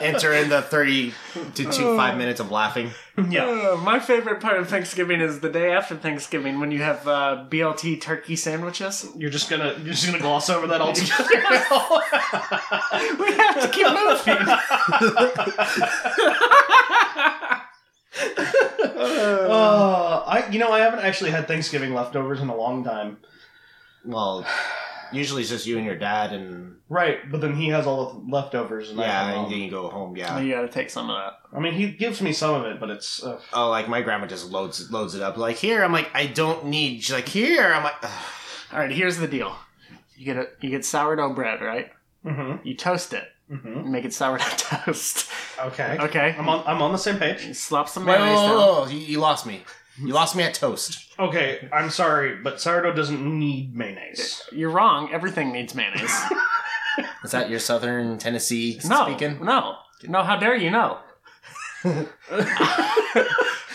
Speaker 2: Enter in the 30 to two, five minutes of laughing.
Speaker 3: yeah.
Speaker 1: Uh, my favorite part of Thanksgiving is the day after Thanksgiving when you have uh, BLT turkey sandwiches.
Speaker 3: You're just gonna you're just gonna gloss over that altogether.
Speaker 1: We have to keep moving.
Speaker 3: uh, I you know I haven't actually had Thanksgiving leftovers in a long time.
Speaker 2: Well, usually it's just you and your dad, and
Speaker 3: Right, but then he has all the leftovers, and I,
Speaker 2: yeah,
Speaker 3: have
Speaker 2: and then
Speaker 3: none.
Speaker 2: you go home. Yeah.
Speaker 1: you gotta take some of that.
Speaker 3: I mean he gives me some of it, but it's uh,
Speaker 2: Oh, like my grandma just loads loads it up. Like here, I'm like I don't need. She's like here, I'm like. Ugh.
Speaker 1: All right, here's the deal. You get a, you get sourdough bread, right?
Speaker 3: mm-hmm,
Speaker 1: You toast it,
Speaker 3: mm-hmm.
Speaker 1: and make it sourdough toast.
Speaker 3: okay.
Speaker 1: Okay.
Speaker 3: I'm on I'm on the same page.
Speaker 1: You slop some
Speaker 2: Wait, wait,
Speaker 1: mayonnaise
Speaker 2: wait,
Speaker 1: down.
Speaker 2: wait, wait, you, you lost me. You lost me at toast.
Speaker 3: Okay, I'm sorry, but sourdough doesn't need mayonnaise.
Speaker 1: You're wrong. Everything needs mayonnaise.
Speaker 2: Is that your Southern Tennessee
Speaker 1: no,
Speaker 2: speaking?
Speaker 1: no, no. How dare you? No.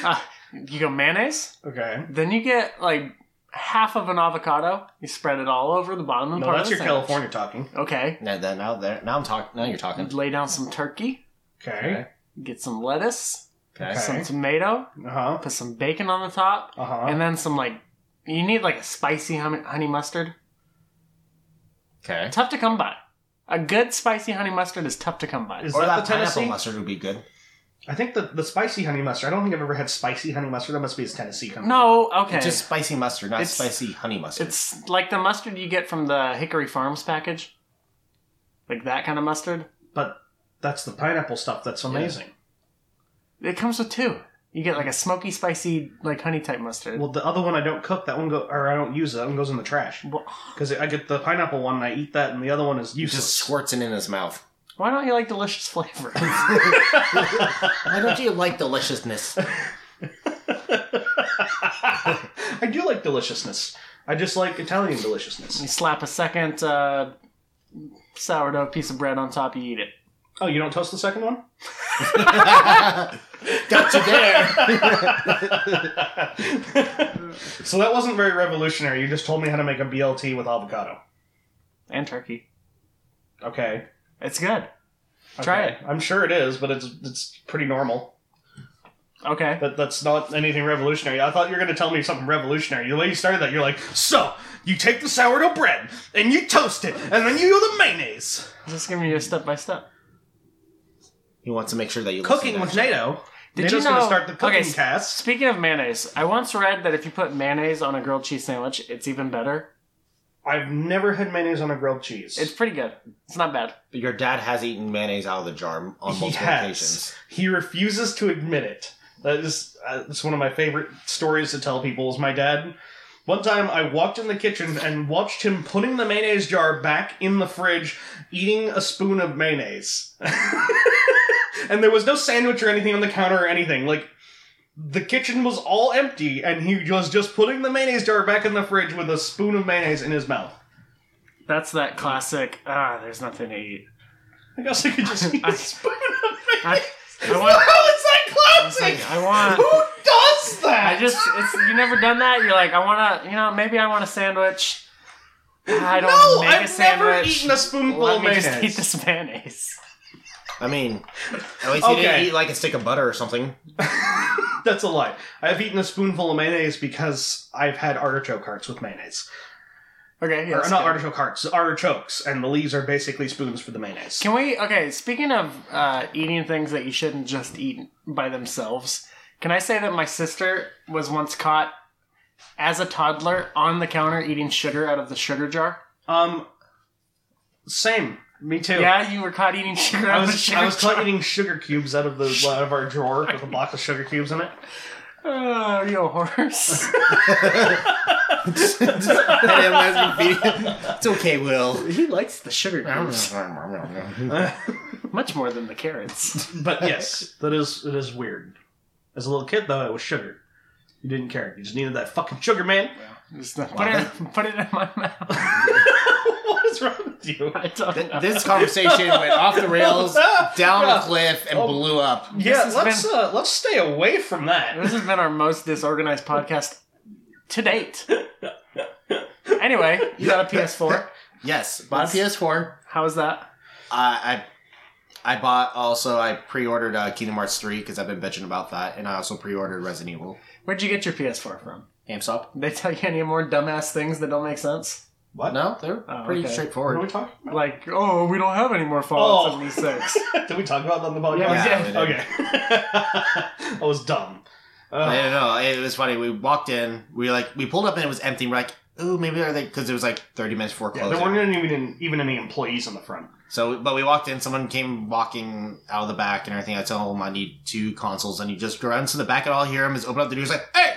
Speaker 1: Uh, you go mayonnaise,
Speaker 3: Okay.
Speaker 1: then you get like half of an avocado. You spread it all over the bottom and
Speaker 3: No,
Speaker 1: part
Speaker 3: that's
Speaker 1: of
Speaker 3: your
Speaker 1: the sandwich.
Speaker 3: California talking.
Speaker 1: Okay.
Speaker 2: Now, that, now, there, now I'm talking. Now you're talking.
Speaker 1: Lay down some turkey.
Speaker 3: Okay.
Speaker 1: Get some lettuce,
Speaker 2: Okay.
Speaker 3: Okay.
Speaker 1: some tomato,
Speaker 3: Uh huh.
Speaker 1: put some bacon on the top,
Speaker 3: Uh huh.
Speaker 1: and then some like you need like a spicy honey, honey mustard.
Speaker 2: Okay.
Speaker 1: Tough to come by. A good spicy honey mustard is tough to come by.
Speaker 3: Is
Speaker 2: Or
Speaker 3: that
Speaker 2: that,
Speaker 3: the
Speaker 2: pineapple
Speaker 3: Tennessee?
Speaker 2: mustard would be good.
Speaker 3: I think the, the spicy honey mustard. I don't think I've ever had spicy honey mustard. That must be his Tennessee company.
Speaker 1: no, okay.
Speaker 2: It's just spicy mustard, not
Speaker 1: It's-
Speaker 2: spicy honey mustard.
Speaker 1: It's like the mustard you get from the Hickory Farms package. Like that kind of mustard.
Speaker 3: But that's the pineapple stuff. That's amazing.
Speaker 1: It comes with two. You get like a smoky, spicy, like honey type mustard. Well,
Speaker 3: Well, the other one I don't cook. That one go or I don't use. That one goes in the trash because I get the pineapple one and I eat that, and the other one is
Speaker 2: you
Speaker 3: useless.
Speaker 2: just squirts it in his mouth.
Speaker 1: why don't you like delicious flavor?
Speaker 2: Why don't you like deliciousness?
Speaker 3: I do like deliciousness. I just like Italian deliciousness.
Speaker 1: you slap a second uh, sourdough piece of bread on top, you eat it.
Speaker 3: Oh, you don't toast the second one?
Speaker 2: Got you there.
Speaker 3: So that wasn't very revolutionary. You just told me how to make a BLT with avocado.
Speaker 1: And turkey.
Speaker 3: Okay.
Speaker 1: It's good. Try
Speaker 3: Okay. I'm sure it is, but it's it's pretty normal.
Speaker 1: Okay.
Speaker 3: That that's not anything revolutionary. I thought you were going to tell me something revolutionary. The way you started that, you're like, so you take the sourdough bread and you toast it, and then you do the mayonnaise.
Speaker 1: Just give me a step by step.
Speaker 2: He wants to make sure that you
Speaker 3: Cooking
Speaker 2: listen
Speaker 3: with NATO.
Speaker 1: Did
Speaker 3: NATO's
Speaker 1: you know-
Speaker 3: going to start the cooking
Speaker 1: okay, s-
Speaker 3: cast.
Speaker 1: Speaking of mayonnaise, I once read that if you put mayonnaise on a grilled cheese sandwich, it's even better.
Speaker 3: I've never had mayonnaise on a grilled cheese.
Speaker 1: It's pretty good. It's not bad.
Speaker 2: But Your dad has eaten mayonnaise out of the jar on
Speaker 3: he
Speaker 2: multiple
Speaker 3: has.
Speaker 2: occasions.
Speaker 3: He refuses to admit it. That is uh, it's one of my favorite stories to tell people. Is my dad. One time I walked in the kitchen and watched him putting the mayonnaise jar back in the fridge, eating a spoon of mayonnaise. and there was no sandwich or anything on the counter or anything. Like the kitchen was all empty and he was just putting the mayonnaise jar back in the fridge with a spoon of mayonnaise in his mouth.
Speaker 1: That's that classic. Ah, there's nothing to eat.
Speaker 3: I guess I could just eat
Speaker 1: I-
Speaker 3: a spoon of
Speaker 1: I,
Speaker 3: mayonnaise.
Speaker 1: I want.
Speaker 3: How is that
Speaker 1: I was
Speaker 3: classic?
Speaker 1: like, I want.
Speaker 3: Who does that?
Speaker 1: I just. It's you never done that. You're like, I want to. You know, maybe I want a sandwich. I don't
Speaker 3: no,
Speaker 1: make a
Speaker 3: I've
Speaker 1: sandwich.
Speaker 3: never eaten a spoonful
Speaker 1: Let
Speaker 3: of
Speaker 1: me
Speaker 3: mayonnaise.
Speaker 1: just eat this mayonnaise.
Speaker 2: I mean, at least you didn't
Speaker 3: Okay.
Speaker 2: eat like a stick of butter or something.
Speaker 3: That's a lie. I've eaten a spoonful of mayonnaise because I've had artichoke hearts with mayonnaise.
Speaker 1: Okay,
Speaker 3: Or,
Speaker 1: yeah.
Speaker 3: not artichoke hearts, artichokes, and the leaves are basically spoons for the mayonnaise.
Speaker 1: Can we? Okay, speaking of uh, eating things that you shouldn't just eat by themselves, can I say that my sister was once caught as a toddler on the counter eating sugar out of the sugar jar?
Speaker 3: um, same. Me too.
Speaker 1: Yeah, you were caught eating sugar
Speaker 3: I
Speaker 1: out of the
Speaker 3: was
Speaker 1: sugar
Speaker 3: I was
Speaker 1: jar.
Speaker 3: caught eating sugar cubes out of the out of our drawer with a box of sugar cubes in it.
Speaker 1: Oh, you a horse.
Speaker 2: it's okay, Will.
Speaker 1: he likes the sugar cubes
Speaker 2: I
Speaker 1: much more than the carrots.
Speaker 3: But yes, that is it is weird. As a little kid though, it was sugar. You didn't care. You just needed that fucking sugar, man.
Speaker 1: Just put it, put it in my mouth.
Speaker 3: what is wrong with you?
Speaker 1: I don't know.
Speaker 2: Th- this conversation went off the rails, down a
Speaker 3: Yeah.
Speaker 2: cliff, and
Speaker 3: Oh.
Speaker 2: blew up.
Speaker 1: This
Speaker 3: Yeah,
Speaker 1: has
Speaker 3: let's uh, let's stay away from that.
Speaker 1: This has been our most disorganized podcast to date. Anyway, you got a PS4.
Speaker 2: Yes, bought a PS4.
Speaker 1: How was that?
Speaker 2: I I, I bought also. I pre-ordered uh, Kingdom Hearts three because I've been bitching about that, and I also pre-ordered Resident Evil.
Speaker 1: Where'd you get your PS4 from?
Speaker 2: GameStop.
Speaker 1: Did they tell you any more dumbass things that don't make sense?
Speaker 3: What?
Speaker 2: No, they're
Speaker 1: Oh, okay.
Speaker 2: pretty
Speaker 3: What are
Speaker 2: straightforward.
Speaker 3: we talking about?
Speaker 1: Like, oh, we don't have any more Fallout
Speaker 3: Oh.
Speaker 1: 76.
Speaker 3: Did we talk about that on the podcast?
Speaker 1: Yeah,
Speaker 2: we did.
Speaker 3: Okay. I was dumb.
Speaker 2: I
Speaker 3: Uh,
Speaker 2: don't know. It was funny. We walked in. We like we pulled up and it was empty. We're like, ooh, maybe are they? Because it was like thirty minutes before
Speaker 3: yeah,
Speaker 2: closing.
Speaker 3: there weren't even even any employees on the front.
Speaker 2: So, but we walked in. Someone came walking out of the back and everything. I tell him I need two consoles, and he just runs to the back, and all I hear him is open up the door. He's like, "Hey,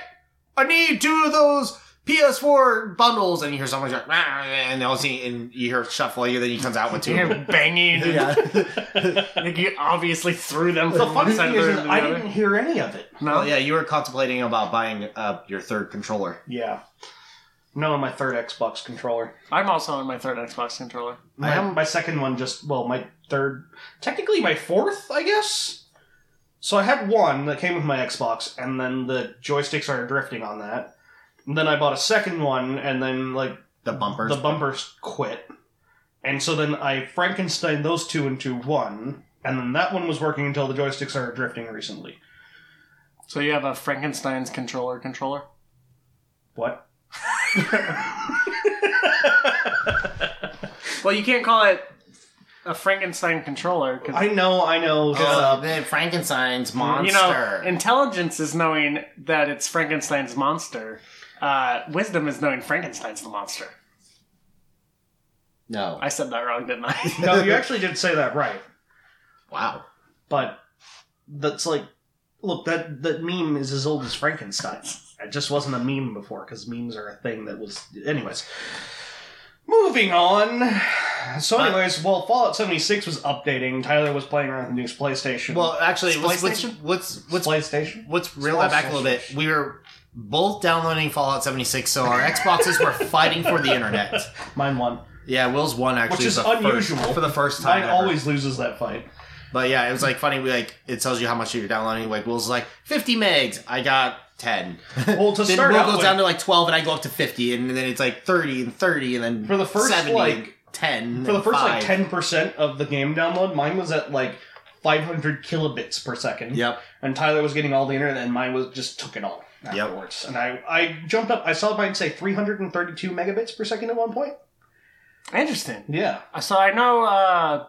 Speaker 2: I need two of those PS4 bundles." And you hear someone like, "Rah," and all see, and you hear shuffling, and then he comes out with two.
Speaker 1: you
Speaker 2: of them.
Speaker 1: hear banging.
Speaker 2: yeah,
Speaker 1: Like, you obviously threw them
Speaker 3: The
Speaker 1: from one
Speaker 3: funny
Speaker 1: side
Speaker 3: thing
Speaker 1: of the
Speaker 3: is,
Speaker 1: room
Speaker 3: is
Speaker 1: to the
Speaker 3: I
Speaker 1: other.
Speaker 3: didn't hear any of it.
Speaker 1: No?
Speaker 2: well, yeah. You were contemplating about buying uh, your third controller.
Speaker 3: Yeah. No, my third Xbox controller.
Speaker 1: I'm also on my third Xbox controller.
Speaker 2: I
Speaker 3: My, my second one just well, my third, technically my fourth, I guess. So I had one that came with my Xbox, and then the joystick started drifting on that. And then I bought a second one, and then like
Speaker 2: The bumpers.
Speaker 3: the bumpers quit. And so then I Frankenstein those two into one, and then that one was working until the joysticks started drifting recently.
Speaker 1: So you have a Frankenstein's controller controller?
Speaker 3: What?
Speaker 1: Well, you can't call it a Frankenstein controller because
Speaker 3: I know, I know. Shut
Speaker 2: Oh,
Speaker 3: up.
Speaker 2: the Frankenstein's monster.
Speaker 1: You know, intelligence is knowing that it's Frankenstein's monster. Uh, wisdom is knowing Frankenstein's the monster.
Speaker 2: no.
Speaker 1: I said that wrong, didn't I?
Speaker 3: no, you actually did say that right,
Speaker 2: wow.
Speaker 3: but that's like, look that that meme is as old as Frankenstein. It just wasn't a meme before because memes are a thing that was. Anyways, moving on. So,
Speaker 2: Uh,
Speaker 3: anyways, while Fallout seventy six was updating, Tyler was playing around with the new PlayStation.
Speaker 2: Well, actually, what's what's
Speaker 1: PlayStation?
Speaker 2: what's what's,
Speaker 3: PlayStation?
Speaker 2: what's reel that back a little bit? We were both downloading Fallout 76, so our Xboxes were fighting for the internet.
Speaker 3: Mine won.
Speaker 2: Yeah, Will's one actually,
Speaker 3: Which is
Speaker 2: the first-
Speaker 3: unusual.
Speaker 2: for the first time.
Speaker 3: Mine
Speaker 2: ever.
Speaker 3: always loses that fight.
Speaker 2: but yeah, it was like funny. We like it tells you how much you're downloading. Like Will's like 50 megs. I got 10.
Speaker 3: Well, to
Speaker 2: then
Speaker 3: start
Speaker 2: Will
Speaker 3: out
Speaker 2: goes
Speaker 3: with-
Speaker 2: down to like 12, and I go up to 50, and then it's like 30 and 30, and then
Speaker 3: For the first,
Speaker 2: 70 and
Speaker 3: like-
Speaker 2: 10
Speaker 3: For the
Speaker 2: and
Speaker 3: first like
Speaker 2: five.
Speaker 3: ten percent of the game download, mine was at like five hundred kilobits per second.
Speaker 2: Yep.
Speaker 3: And Tyler was getting all the internet, and mine was just took it all
Speaker 2: Yep.
Speaker 3: afterwards. And I I jumped up. I saw mine say three hundred and thirty two megabits per second at one point.
Speaker 1: Interesting.
Speaker 3: Yeah.
Speaker 1: So I know. Uh,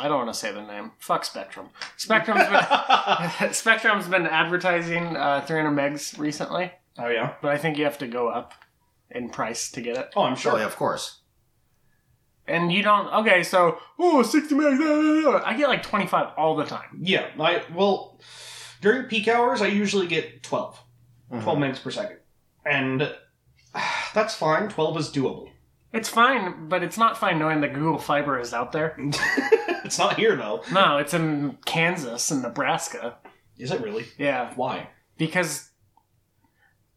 Speaker 1: I don't want to say the name. Fuck Spectrum. Spectrum's been
Speaker 3: oh
Speaker 1: Spectrum's been advertising uh, 300 megs recently,
Speaker 3: yeah.
Speaker 1: but I think you have to go up in price to get it.
Speaker 3: Oh, I'm sure.
Speaker 2: Oh, yeah, of course.
Speaker 1: And you don't. Okay, so oh, 60 megs. ah, ah, ah. I get like 25 all the time.
Speaker 3: Yeah, I well, During peak hours, I usually get 12.
Speaker 2: Mm-hmm.
Speaker 3: 12 minutes per second. And ah, that's fine. 12 is doable.
Speaker 1: It's fine, but it's not fine knowing that Google Fiber is out there.
Speaker 3: it's not here, though.
Speaker 1: No, it's in Kansas and Nebraska.
Speaker 3: Is it really?
Speaker 1: Yeah,
Speaker 3: Why?
Speaker 1: because.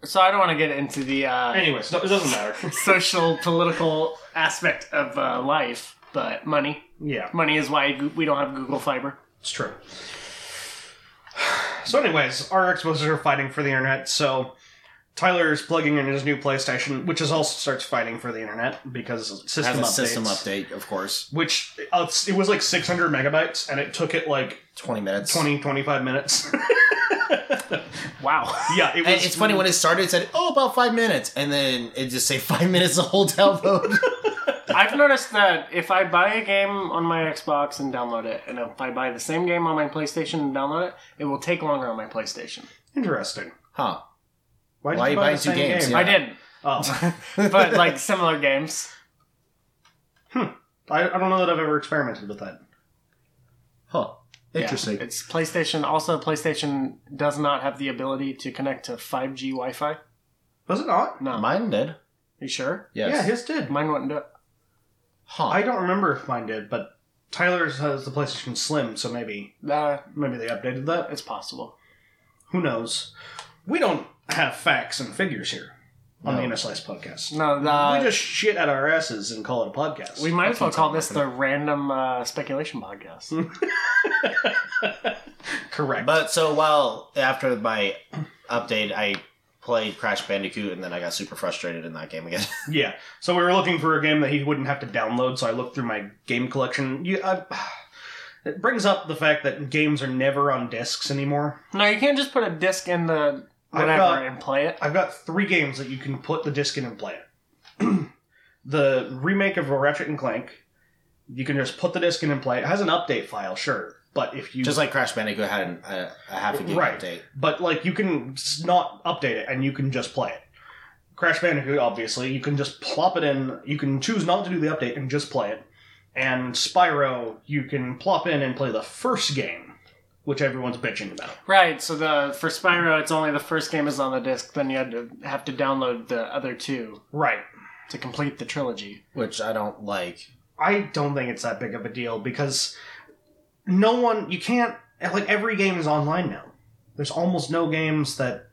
Speaker 1: So I don't want to get into the uh,
Speaker 3: Anyways, no, it doesn't matter.
Speaker 1: social political aspect of uh, life, but money,
Speaker 3: yeah,
Speaker 1: money is why Goo- we don't have Google Fiber.
Speaker 3: it's true. So, anyways, our exposes are fighting for the internet, so Tyler is plugging in his new PlayStation, which is also starts fighting for the internet because system
Speaker 2: Has a
Speaker 3: updates.
Speaker 2: system update, of course.
Speaker 3: Which uh, it was like 600 megabytes, and it took it like
Speaker 2: Twenty minutes.
Speaker 3: 20, 25 minutes.
Speaker 1: Wow.
Speaker 3: yeah, it
Speaker 2: And
Speaker 3: was.
Speaker 2: it's funny when it started, it said, "Oh, about five minutes," and then it just say five minutes the whole download.
Speaker 1: I've noticed that if I buy a game on my Xbox and download it, and if I buy the same game on my PlayStation and download it, it will take longer on my PlayStation.
Speaker 3: Interesting.
Speaker 2: huh?
Speaker 3: Why,
Speaker 2: Why
Speaker 3: did you
Speaker 2: you
Speaker 3: buy
Speaker 2: buying
Speaker 3: the
Speaker 2: two
Speaker 3: same
Speaker 2: games?
Speaker 3: game?
Speaker 2: Yeah.
Speaker 1: I didn't,
Speaker 3: Oh,
Speaker 1: but like similar games.
Speaker 3: I, I don't know that I've ever experimented with that.
Speaker 2: Huh.
Speaker 1: Yeah.
Speaker 2: Interesting.
Speaker 1: It's PlayStation. Also, PlayStation does not have the ability to connect to 5G Wi-Fi.
Speaker 3: Was it not?
Speaker 1: No.
Speaker 2: Mine did.
Speaker 1: you sure?
Speaker 2: Yes.
Speaker 3: Yeah, his did.
Speaker 1: Mine wouldn't do it.
Speaker 2: huh.
Speaker 3: I don't remember if mine did, but Tyler's has the PlayStation Slim, so maybe
Speaker 1: Uh,
Speaker 3: maybe they updated that.
Speaker 1: it's possible.
Speaker 3: Who knows? We don't have facts and figures here on
Speaker 2: No.
Speaker 3: the NSLice podcast.
Speaker 1: No, the,
Speaker 3: we
Speaker 1: we,
Speaker 3: just shit at our asses and call it a podcast.
Speaker 1: might as well call this the random uh, speculation
Speaker 2: Hmm.
Speaker 1: podcast.
Speaker 3: correct.
Speaker 2: But so while after my update, I played Crash Bandicoot, and then I got super frustrated in that game again.
Speaker 3: yeah. So we were looking for a game that he wouldn't have to download. So I looked through my game collection. You, I, it brings up the fact that games are never on discs anymore.
Speaker 1: no, you can't just put a disc in the
Speaker 3: I've
Speaker 1: whatever
Speaker 3: got-
Speaker 1: and play it.
Speaker 3: I've got three games that you can put the disc in and play it. the remake of Ratchet and Clank, you can just put the disc in and play it. It has an update file, sure, but if you
Speaker 2: Just like Crash Bandicoot had an, a, a half a gig
Speaker 3: Right.
Speaker 2: update.
Speaker 3: but like you can s- not update it and you can just play it. Crash Bandicoot, obviously, you can just plop it in. You can choose not to do the update and just play it. And Spyro, you can plop in and play the first game, which everyone's bitching about.
Speaker 1: Right. So the for Spyro, it's only the first game is on the disc. Then you had to have to download the other two
Speaker 3: Right.
Speaker 1: to complete the trilogy.
Speaker 2: which I don't like.
Speaker 3: I don't think it's that big of a deal because no one you can't like every game is online now. There's almost no games that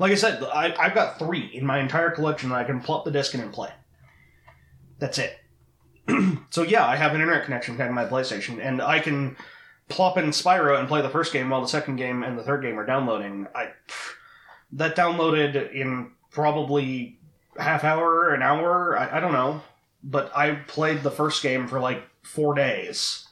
Speaker 3: like I said, I, I've got three in my entire collection that I can plop the disc in and play. That's it. so yeah, I have an internet connection connected to my PlayStation, and I can plop in Spyro and play the first game while the second game and the third game are downloading. I that downloaded in probably half hour, an hour, I, I don't know but I played the first game for like four days,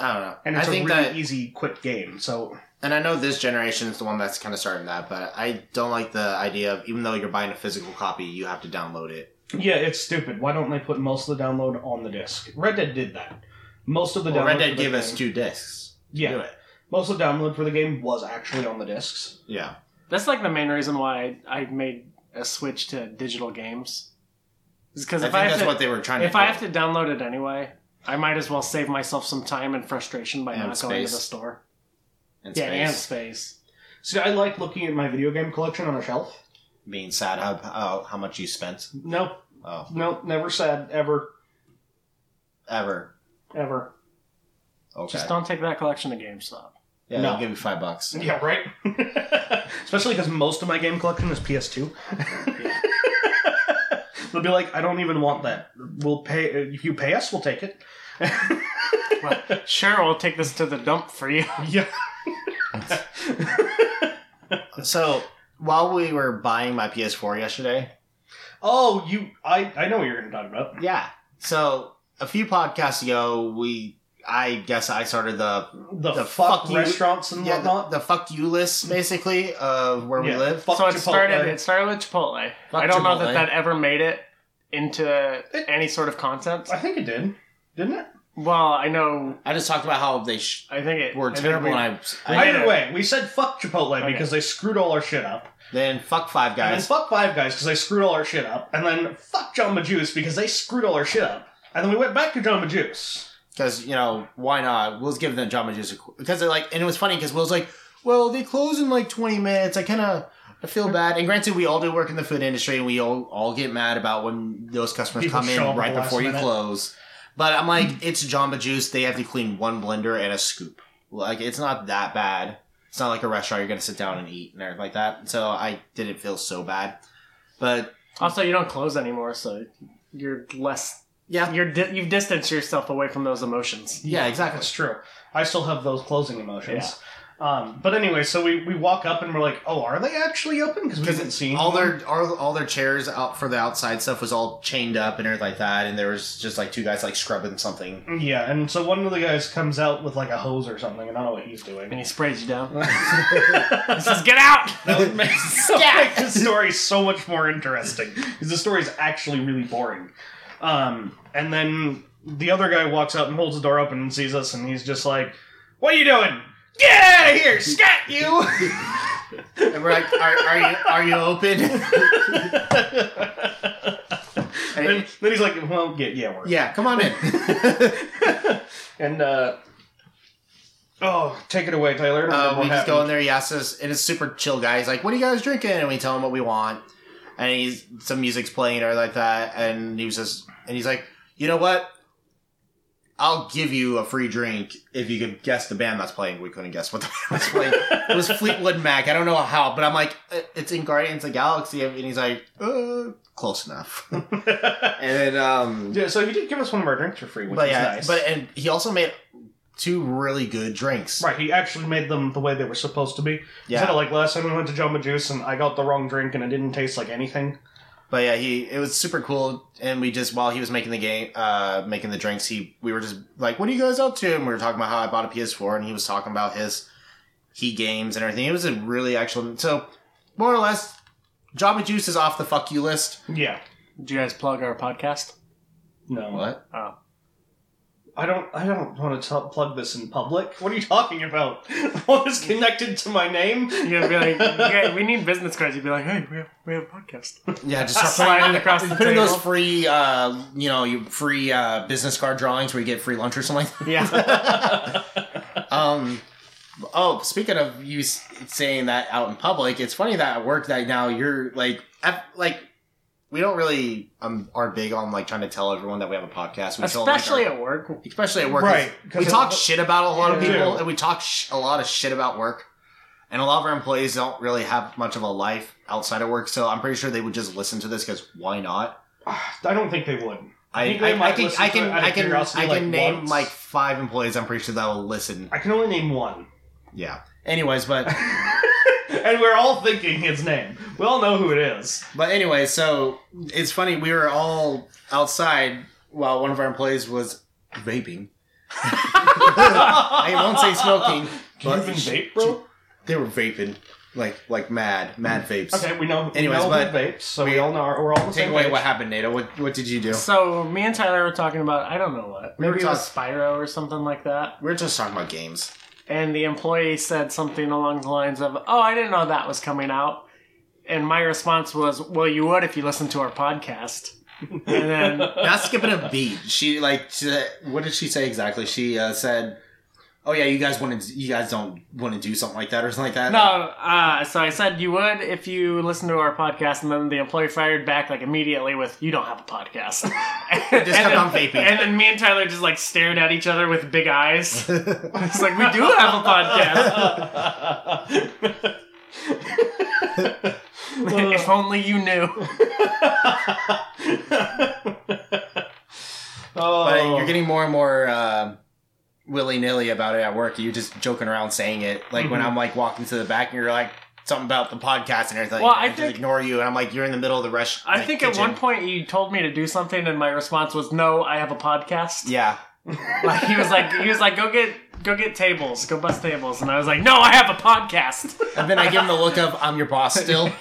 Speaker 2: I don't know.
Speaker 3: and
Speaker 2: I
Speaker 3: it's a
Speaker 2: think
Speaker 3: really
Speaker 2: that,
Speaker 3: easy, quick game. So
Speaker 2: and I know this generation is the one that's kind of starting that, but I don't like the idea of even though you're buying a physical copy, you have to download it.
Speaker 3: yeah, it's stupid. Why don't they put most of the download on the disc? Red Dead did that. Most of the
Speaker 2: Well,
Speaker 3: download
Speaker 2: Red
Speaker 3: for
Speaker 2: Dead
Speaker 3: the
Speaker 2: gave us
Speaker 3: game-
Speaker 2: two discs. to
Speaker 3: yeah.
Speaker 2: do it.
Speaker 3: Most of the download for the game was actually on the discs.
Speaker 2: Yeah.
Speaker 1: That's like the main reason why I, I made a switch to digital games. Because
Speaker 2: I
Speaker 1: if
Speaker 2: think
Speaker 1: I,
Speaker 2: that's
Speaker 1: have to,
Speaker 2: what they were trying
Speaker 1: if
Speaker 2: to
Speaker 1: I
Speaker 2: do.
Speaker 1: have to download it anyway, I might as well save myself some time and frustration by
Speaker 2: And
Speaker 1: not going to
Speaker 2: space.
Speaker 1: the store.
Speaker 2: in
Speaker 1: yeah, and
Speaker 2: space.
Speaker 1: space.
Speaker 3: See, I like looking at my video game collection on a shelf.
Speaker 2: being sad how, how how much you spent.
Speaker 3: No,
Speaker 2: Oh,
Speaker 3: no, never sad ever,
Speaker 2: ever.
Speaker 3: ever.
Speaker 2: Okay.
Speaker 1: Just don't take that collection to GameStop.
Speaker 2: yeah,
Speaker 3: No.
Speaker 2: they'll give you five bucks.
Speaker 3: Yeah, right. Especially because most of my game collection is PS2. They'll be like, I don't even want that. We'll pay uh, if you pay us, we'll take it.
Speaker 1: Well, sure, we'll take this to the dump for you.
Speaker 3: Yeah,
Speaker 2: So while we were buying my PS4 yesterday,
Speaker 3: Oh, you. I I know what you're going to talk about.
Speaker 2: yeah. So a few podcasts ago, we I guess I started the
Speaker 3: The,
Speaker 2: The
Speaker 3: fuck,
Speaker 2: fuck you-
Speaker 3: restaurants and
Speaker 2: yeah the,
Speaker 3: whatnot.
Speaker 2: the fuck you list basically of where we
Speaker 3: Yeah,
Speaker 2: live.
Speaker 3: fuck
Speaker 1: so it
Speaker 3: Chipotle.
Speaker 1: started. It started with Chipotle.
Speaker 2: Fuck
Speaker 1: I don't know
Speaker 2: Chipotle.
Speaker 1: that that ever made it into
Speaker 3: It-
Speaker 1: any sort of content.
Speaker 3: I think it did, didn't it?
Speaker 1: Well, I know.
Speaker 2: I just talked about how they sh-
Speaker 1: I think it.
Speaker 2: were
Speaker 1: I think
Speaker 2: terrible,
Speaker 1: we-
Speaker 2: and I, I
Speaker 1: did
Speaker 3: Either
Speaker 1: it.
Speaker 3: way, we said fuck Chipotle
Speaker 1: Okay.
Speaker 3: because they screwed all our shit up,
Speaker 2: then fuck Five
Speaker 3: and then
Speaker 2: Guys.
Speaker 3: fuck Five Guys because they screwed all our shit up, and then fuck Jamba Juice because they screwed all our shit up, and then we went back to Jamba Juice.
Speaker 2: because you know why not? We'll give them Jamba Juice because they're like, and it was funny because Will's like, well, they close in like twenty minutes. I kind of I feel bad. And granted, we all do work in the food industry, and we all all get mad about when those customers
Speaker 3: People
Speaker 2: come
Speaker 3: show up at
Speaker 2: in right
Speaker 3: the last
Speaker 2: before you
Speaker 3: minute. Mm.
Speaker 2: close. But I'm like, it's Jamba Juice. They have to clean one blender and a scoop. Like it's not that bad. It's not like a restaurant you're gonna sit down and eat and everything like that. So I didn't feel so bad. But
Speaker 1: Also, you don't close anymore, so you're less.
Speaker 2: yeah,
Speaker 1: You're di- you've distanced yourself away from those emotions.
Speaker 2: yeah, exactly.
Speaker 3: That's true. I still have those closing emotions. Um, but anyway, so we, we walk up and we're like, oh, are they actually open? Because we
Speaker 2: Because
Speaker 3: didn't see
Speaker 2: all
Speaker 3: anyone.
Speaker 2: their all, all their chairs out for the outside stuff was all chained up and everything like that, and there was just like two guys like scrubbing something.
Speaker 3: Yeah, and so one of the guys comes out with like a hose or something, and I don't know what he's doing.
Speaker 1: And he sprays you down. he says, "Get out!"
Speaker 3: That would make, that would make the story so much more interesting because the story is actually really boring. Um, and then the other guy walks up and holds the door open and sees us, and he's just like, "What are you doing? Get out of here, scat you!"
Speaker 2: And we're like, are, are you are you open?
Speaker 3: and then he's like, "Well, get yeah, we're
Speaker 2: yeah, come on in.
Speaker 3: and uh, oh, take it away, Taylor. I don't
Speaker 2: Uh,
Speaker 3: remember
Speaker 2: we
Speaker 3: what
Speaker 2: just go in
Speaker 3: happened.
Speaker 2: there. He asks us, and it's super chill guy. He's like, "What are you guys drinking?" And we tell him what we want, and he's some music's playing or like that, and he was just, and he's like, "You know what? I'll give you a free drink if you can guess the band that's playing." We couldn't guess what the band was playing. it was Fleetwood Mac. I don't know how, but I'm like, "Uh, "It's in Guardians of the Galaxy," and he's like, uh, "Close enough." and then, um,
Speaker 3: Yeah, so he did give us one of our drinks for free, which
Speaker 2: but
Speaker 3: is
Speaker 2: yeah,
Speaker 3: nice.
Speaker 2: but and he also made two really good drinks.
Speaker 3: Right, he actually made them the way they were supposed to be.
Speaker 2: Yeah.
Speaker 3: Instead of like last time we went to Jamba Juice and I got the wrong drink and it didn't taste like anything.
Speaker 2: But yeah, he it was super cool, and we just while he was making the game, uh, making the drinks, he we were just like, "What are you guys up to?" And we were talking about how I bought a PS4, and he was talking about his he games and everything. It was a really actual so more or less, Jamba Juice is off the fuck you list.
Speaker 3: Yeah.
Speaker 1: Did you guys plug our podcast?
Speaker 3: No.
Speaker 2: What?
Speaker 1: Oh,
Speaker 3: I don't. I don't want to t- plug this in public. What are you talking about? What is connected to my name?
Speaker 1: you'd be like, yeah, "We need business cards." You'd be like, "Hey, we have we have a podcast."
Speaker 2: Yeah, just start
Speaker 1: Sliding across the
Speaker 2: putting, putting those
Speaker 1: table.
Speaker 2: free, uh, you know, you free uh, business card drawings where you get free lunch or something like that.
Speaker 1: Yeah,
Speaker 2: Um, oh, speaking of you s- saying that out in public, it's funny that at work that now you're like, at, like we don't really um are big on like trying to tell everyone that we have a podcast, we tell, like,
Speaker 1: especially
Speaker 2: our-
Speaker 1: at work.
Speaker 2: especially at work,
Speaker 3: Right,
Speaker 2: 'cause We
Speaker 3: 'cause
Speaker 2: talk
Speaker 3: it-
Speaker 2: shit about a lot of
Speaker 3: Yeah.
Speaker 2: people, and we talk sh- a lot of shit about work. And a lot of our employees don't really have much of a life outside of work, so I'm pretty sure they would just listen to this because why not?
Speaker 3: I don't think they would. I
Speaker 2: I,
Speaker 3: think they
Speaker 2: I,
Speaker 3: might
Speaker 2: I can
Speaker 3: listen
Speaker 2: I
Speaker 3: to
Speaker 2: can
Speaker 3: it out of
Speaker 2: I can I
Speaker 3: curiosity, like,
Speaker 2: can name
Speaker 3: once.
Speaker 2: like five employees. I'm pretty sure that will listen.
Speaker 3: I can only name one,
Speaker 2: Yeah. Anyways, but
Speaker 3: and we're all thinking his name. We all know who it is.
Speaker 2: But anyway, so it's funny. We were all outside while one of our employees was vaping. I won't say smoking,
Speaker 3: You've
Speaker 2: but
Speaker 3: been vape, bro.
Speaker 2: they were vaping like like mad, mad vapes.
Speaker 3: Okay, we know.
Speaker 2: Anyways,
Speaker 3: we know
Speaker 2: but-
Speaker 3: who vapes, so we, all know. We're all on the
Speaker 2: Take
Speaker 3: same
Speaker 2: away
Speaker 3: page.
Speaker 2: what happened, Nato. What what did you do?
Speaker 1: So me and Tyler were talking about I don't know what.
Speaker 2: We were
Speaker 1: Maybe it was Spyro or something like that.
Speaker 2: We are just talking about games.
Speaker 1: And the employee said something along the lines of, "Oh, I didn't know that was coming out." And my response was, "Well, you would if you listened to our podcast." And then
Speaker 2: Not skipping a beat. She like she, what did she say exactly? She uh, said, "Oh yeah, you guys want to you guys don't want to do something like that or something like that."
Speaker 1: no, uh, so I said you would if you listened to our podcast, and then the employee fired back like immediately with, "You don't have a podcast." and,
Speaker 2: Just kept
Speaker 1: then,
Speaker 2: on vaping.
Speaker 1: And then me and Tyler just like stared at each other with big eyes. it's like we do have a podcast. if only you knew.
Speaker 3: oh,
Speaker 2: But you're getting more and more uh, willy nilly about it at work. You're just joking around saying it. Like when
Speaker 3: Mhm.
Speaker 1: Mm-hmm.
Speaker 2: I'm like walking to the back and you're like something about the podcast and everything.
Speaker 1: Well,
Speaker 2: and
Speaker 1: I
Speaker 2: just
Speaker 1: think-
Speaker 2: ignore you, and I'm like, you're in the middle of the rush.
Speaker 1: I
Speaker 2: like,
Speaker 1: think at
Speaker 2: kitchen.
Speaker 1: one point you told me to do something, and my response was, "No, I have a podcast."
Speaker 2: Yeah,
Speaker 1: Like, he was like, "He was like, go get go get tables, go bust tables," and I was like, "No, I have a podcast."
Speaker 2: and then I give him the look of I'm your boss still,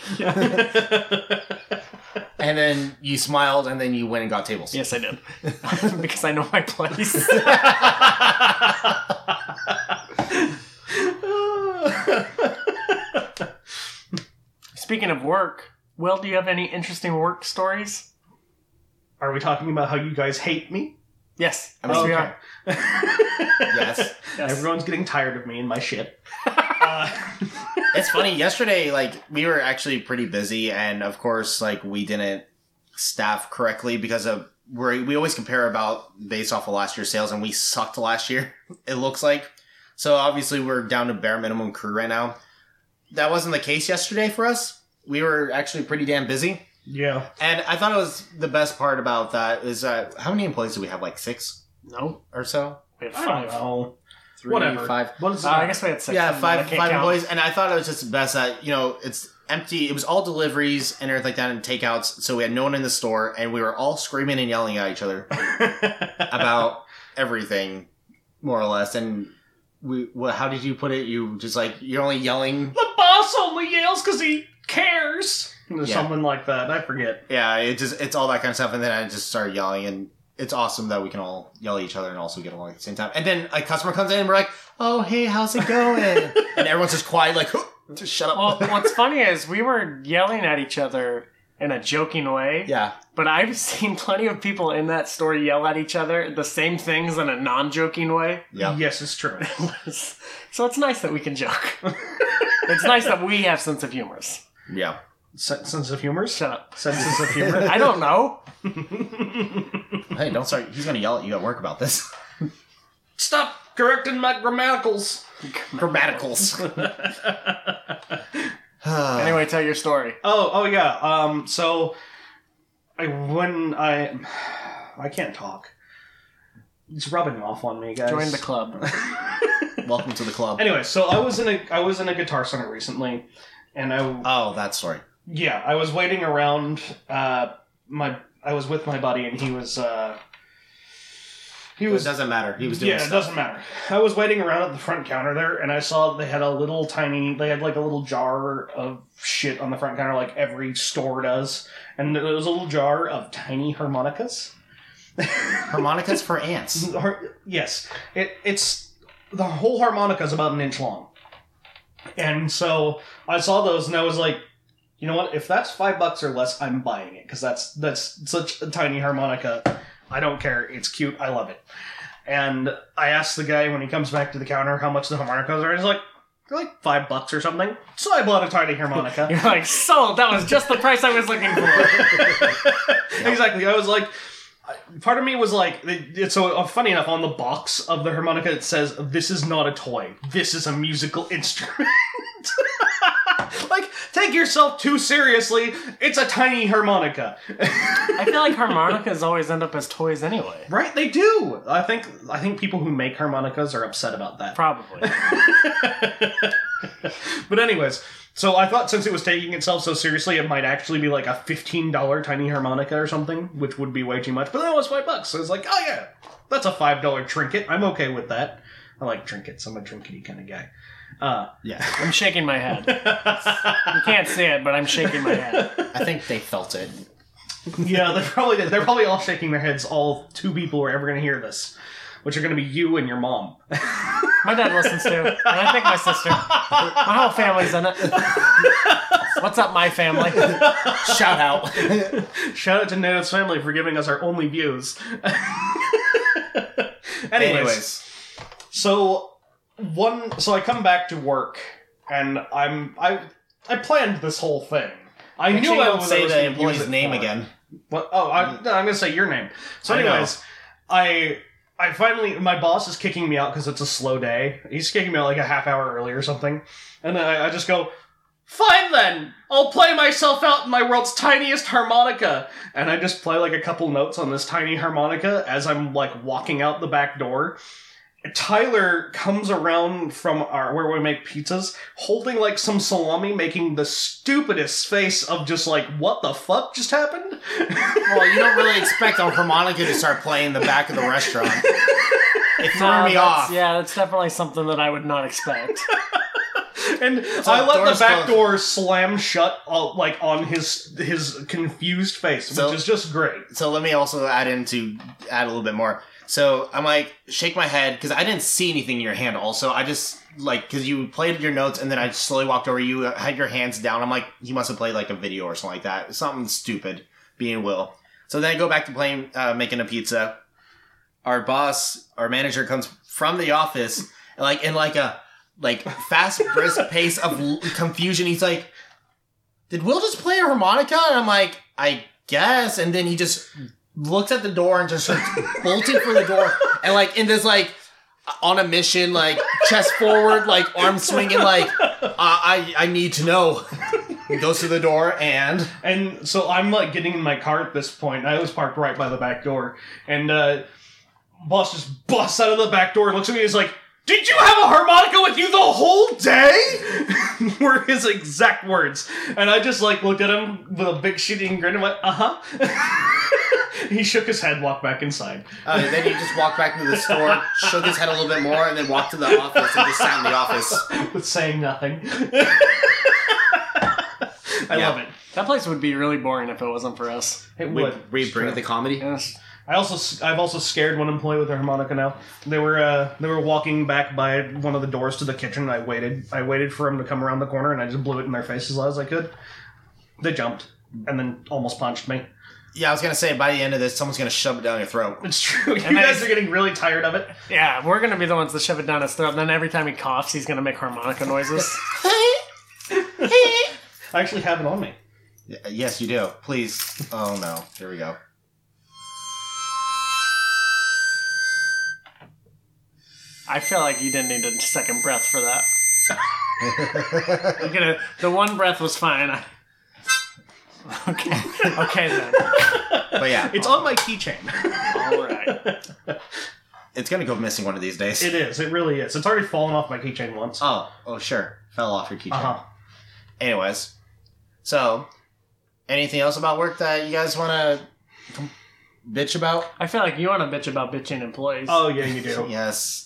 Speaker 2: and then you smiled, and then you went and got tables.
Speaker 1: yes, I did because I know my place. Speaking of work, Will, do you have any interesting work stories?
Speaker 3: Are we talking about how you guys hate me?
Speaker 1: Yes.
Speaker 2: I
Speaker 1: I
Speaker 2: mean,
Speaker 1: mean, we
Speaker 2: okay.
Speaker 1: are.
Speaker 2: Yes.
Speaker 1: Yes.
Speaker 3: Everyone's getting tired of me and my shit. Uh,
Speaker 2: it's funny. Yesterday, like we were actually pretty busy, and of course, like we didn't staff correctly because of we we always compare about based off of last year's sales, and we sucked last year. It looks like so. Obviously, we're down to bare minimum crew right now. That wasn't the case yesterday for us. We were actually pretty damn busy,
Speaker 3: yeah.
Speaker 2: and I thought it was the best part about that is uh, how many employees do we have? Like six
Speaker 1: No.
Speaker 2: or so.
Speaker 1: We had
Speaker 3: I don't
Speaker 1: five.
Speaker 3: know.
Speaker 2: Three,
Speaker 3: Whatever.
Speaker 2: five.
Speaker 3: What is
Speaker 1: Uh, I guess we had six.
Speaker 2: yeah,
Speaker 1: I don't know, I
Speaker 2: five
Speaker 1: can't
Speaker 2: five
Speaker 1: count.
Speaker 2: employees, and I thought it was just the best that you know it's empty. It was all deliveries and everything like that, and takeouts. So we had no one in the store, and we were all screaming and yelling at each other about everything, more or less. And we, well, how did you put it? You just like you're only yelling.
Speaker 3: the boss only yells because he cares. Or
Speaker 2: Yeah.
Speaker 3: Something like that. I forget.
Speaker 2: Yeah, it just it's all that kind of stuff, and then I just started yelling, and it's awesome that we can all yell at each other and also get along at the same time. And then a customer comes in, and we're like, "Oh, hey, how's it going?" and everyone's just quiet, like, "Just shut up."
Speaker 1: Well, what's funny is we were yelling at each other in a joking way.
Speaker 2: yeah.
Speaker 1: But I've seen plenty of people in that store yell at each other the same things in a non-joking way.
Speaker 2: Yeah.
Speaker 3: Yes, it's true.
Speaker 1: so it's nice that we can joke. it's nice that we have sense of humors.
Speaker 2: Yeah.
Speaker 3: Sen- sense of humor.
Speaker 1: Shut up.
Speaker 3: Senses of humor.
Speaker 1: I don't know.
Speaker 2: Hey, don't start. He's going to yell at you at work about this.
Speaker 3: Stop correcting my grammaticals.
Speaker 2: Grammaticals. anyway.
Speaker 1: Anyway, tell your story.
Speaker 3: Oh, oh yeah. Um, so I when I I can't talk. It's rubbing off on me, guys.
Speaker 1: Join the club.
Speaker 2: Welcome to the club.
Speaker 3: Anyway, so I was in a I was in a guitar center recently, and I
Speaker 2: Oh, that story.
Speaker 3: yeah I was waiting around. Uh, my I was with my buddy, and he was uh, he
Speaker 2: It
Speaker 3: was
Speaker 2: doesn't matter. He was doing
Speaker 3: yeah. It
Speaker 2: stuff.
Speaker 3: doesn't matter. I was waiting around at the front counter there, and I saw they had a little tiny. They had like a little jar of shit on the front counter, like every store does, and there was a little jar of tiny harmonicas.
Speaker 2: Harmonicas for ants.
Speaker 3: Har- yes, it, it's the whole harmonica is about an inch long, and so I saw those and I was like, you know what? If that's five bucks or less, I'm buying it because that's that's such a tiny harmonica. I don't care. It's cute. I love it. And I asked the guy when he comes back to the counter how much the harmonicas are. He's like, they're like five bucks or something. So I bought a tiny harmonica.
Speaker 1: You're like, sold. That was just the price I was looking for.
Speaker 3: exactly. I was like, part of me was like, it's so uh, funny enough. On the box of the harmonica, it says, "This is not a toy. This is a musical instrument." like, take yourself too seriously. It's a tiny harmonica,
Speaker 1: I feel like harmonicas always end up as toys anyway.
Speaker 3: right? They do. I think. I think people who make harmonicas are upset about that.
Speaker 1: Probably.
Speaker 3: But anyways. So I thought since it was taking itself so seriously, it might actually be like a fifteen dollar tiny harmonica or something, which would be way too much. But then it was five bucks, so it's like, oh yeah, that's a five dollar trinket. I'm okay with that. I like trinkets. I'm a trinkety kind of guy. Uh,
Speaker 2: Yeah.
Speaker 1: I'm shaking my head. You can't see it, but I'm shaking my head.
Speaker 2: I think they felt it.
Speaker 3: yeah, they're probably they're probably all shaking their heads. All two people are ever going to hear this, which are going to be you and your mom.
Speaker 1: My dad listens to, and I think my sister. My whole family's in it. What's up, my family?
Speaker 2: Shout out.
Speaker 3: Shout out to Nano's family for giving us our only views. anyways.
Speaker 2: Anyways.
Speaker 3: So one, so I come back to work, and I'm I I planned this whole thing. I
Speaker 2: Actually,
Speaker 3: knew I
Speaker 2: don't
Speaker 3: was
Speaker 2: say
Speaker 3: I was
Speaker 2: the
Speaker 3: gonna use
Speaker 2: employee's
Speaker 3: it
Speaker 2: name
Speaker 3: for.
Speaker 2: again.
Speaker 3: What? Oh, I, no, I'm gonna say your name. So,
Speaker 2: Mm. I know.
Speaker 3: anyways, I I finally my boss is kicking me out because it's a slow day. He's kicking me out like a half hour early or something, and then I, I just go. Fine then, I'll play myself out in my world's tiniest harmonica, and I just play like a couple notes on this tiny harmonica as I'm like walking out the back door. Tyler comes around from our where we make pizzas, holding like some salami, making the stupidest face of just like what the fuck just happened.
Speaker 2: Well, you don't really expect a harmonica to start playing in the back of the restaurant. It threw
Speaker 1: No,
Speaker 2: me
Speaker 1: that's-
Speaker 2: off.
Speaker 1: Yeah, that's definitely something that I would not expect.
Speaker 3: And I
Speaker 2: like
Speaker 3: let the
Speaker 2: doors
Speaker 3: back
Speaker 2: closed.
Speaker 3: door slam shut, uh, like on his his confused face,
Speaker 2: So-
Speaker 3: which is just great.
Speaker 2: so let me also add in to add a little bit more. So I'm like, shake my head because I didn't see anything in your hand. Also, I just like because you played your notes and then I slowly walked over. You had your hands down. I'm like, you must have played like a video or something like that. Something stupid, being Will. So then I go back to playing, uh, making a pizza. our boss, our manager comes from the office, and like in like a like fast brisk pace of l- confusion. He's like, "Did Will just play a harmonica?" And I'm like, "I guess." And then he just looks at the door and just starts bolting for the door, and like in this like on a mission, like chest forward, like arm swinging, like uh, I I need to know. He goes to the door and
Speaker 3: And so I'm like getting in my car at this point. I was parked right by the back door. And uh boss just busts out of the back door and looks at me and is like, Did you have a harmonica with you the whole day? were his exact words. And I just like looked at him with a big shitting grin and went, uh-huh. he shook his head, walked back inside.
Speaker 2: Uh, then he just walked back into the store, shook his head a little bit more, and then walked to the office and just sat in the office.
Speaker 3: With saying nothing. I
Speaker 2: Yeah.
Speaker 3: love it.
Speaker 1: That place would be really boring if it wasn't for us.
Speaker 3: It
Speaker 2: We,
Speaker 3: would.
Speaker 2: we bring the comedy.
Speaker 1: Yes.
Speaker 3: I also I've also scared one employee with their harmonica now. They were uh, they were walking back by one of the doors to the kitchen. And I waited I waited for him to come around the corner and I just blew it in their face as loud as I could. They jumped and then almost punched me.
Speaker 2: Yeah, I was gonna say by the end of this, someone's gonna shove it down your throat.
Speaker 3: It's true. You
Speaker 1: And then
Speaker 3: guys
Speaker 1: he's-
Speaker 3: are getting really tired of it.
Speaker 1: Yeah, we're gonna be the ones that shove it down his throat. And then every time he coughs, he's gonna make harmonica noises.
Speaker 3: I actually have it on me.
Speaker 2: Y- Yes, you do. Please. Oh no, here we go.
Speaker 1: I feel like you didn't need a second breath for that. I'm gonna. The one breath was fine. I- Okay. Okay then.
Speaker 2: But yeah,
Speaker 3: It's on my keychain.
Speaker 1: All right.
Speaker 2: it's gonna go missing one of these days.
Speaker 3: it is. It really is. It's already fallen off my keychain once. Uh-huh. Uh
Speaker 2: Oh, oh sure, fell off your keychain.
Speaker 3: huh.
Speaker 2: Anyways, so anything else about work that you guys want to bitch about?
Speaker 1: I feel like you want to bitch about bitching employees.
Speaker 3: Oh yeah, you do.
Speaker 2: Yes.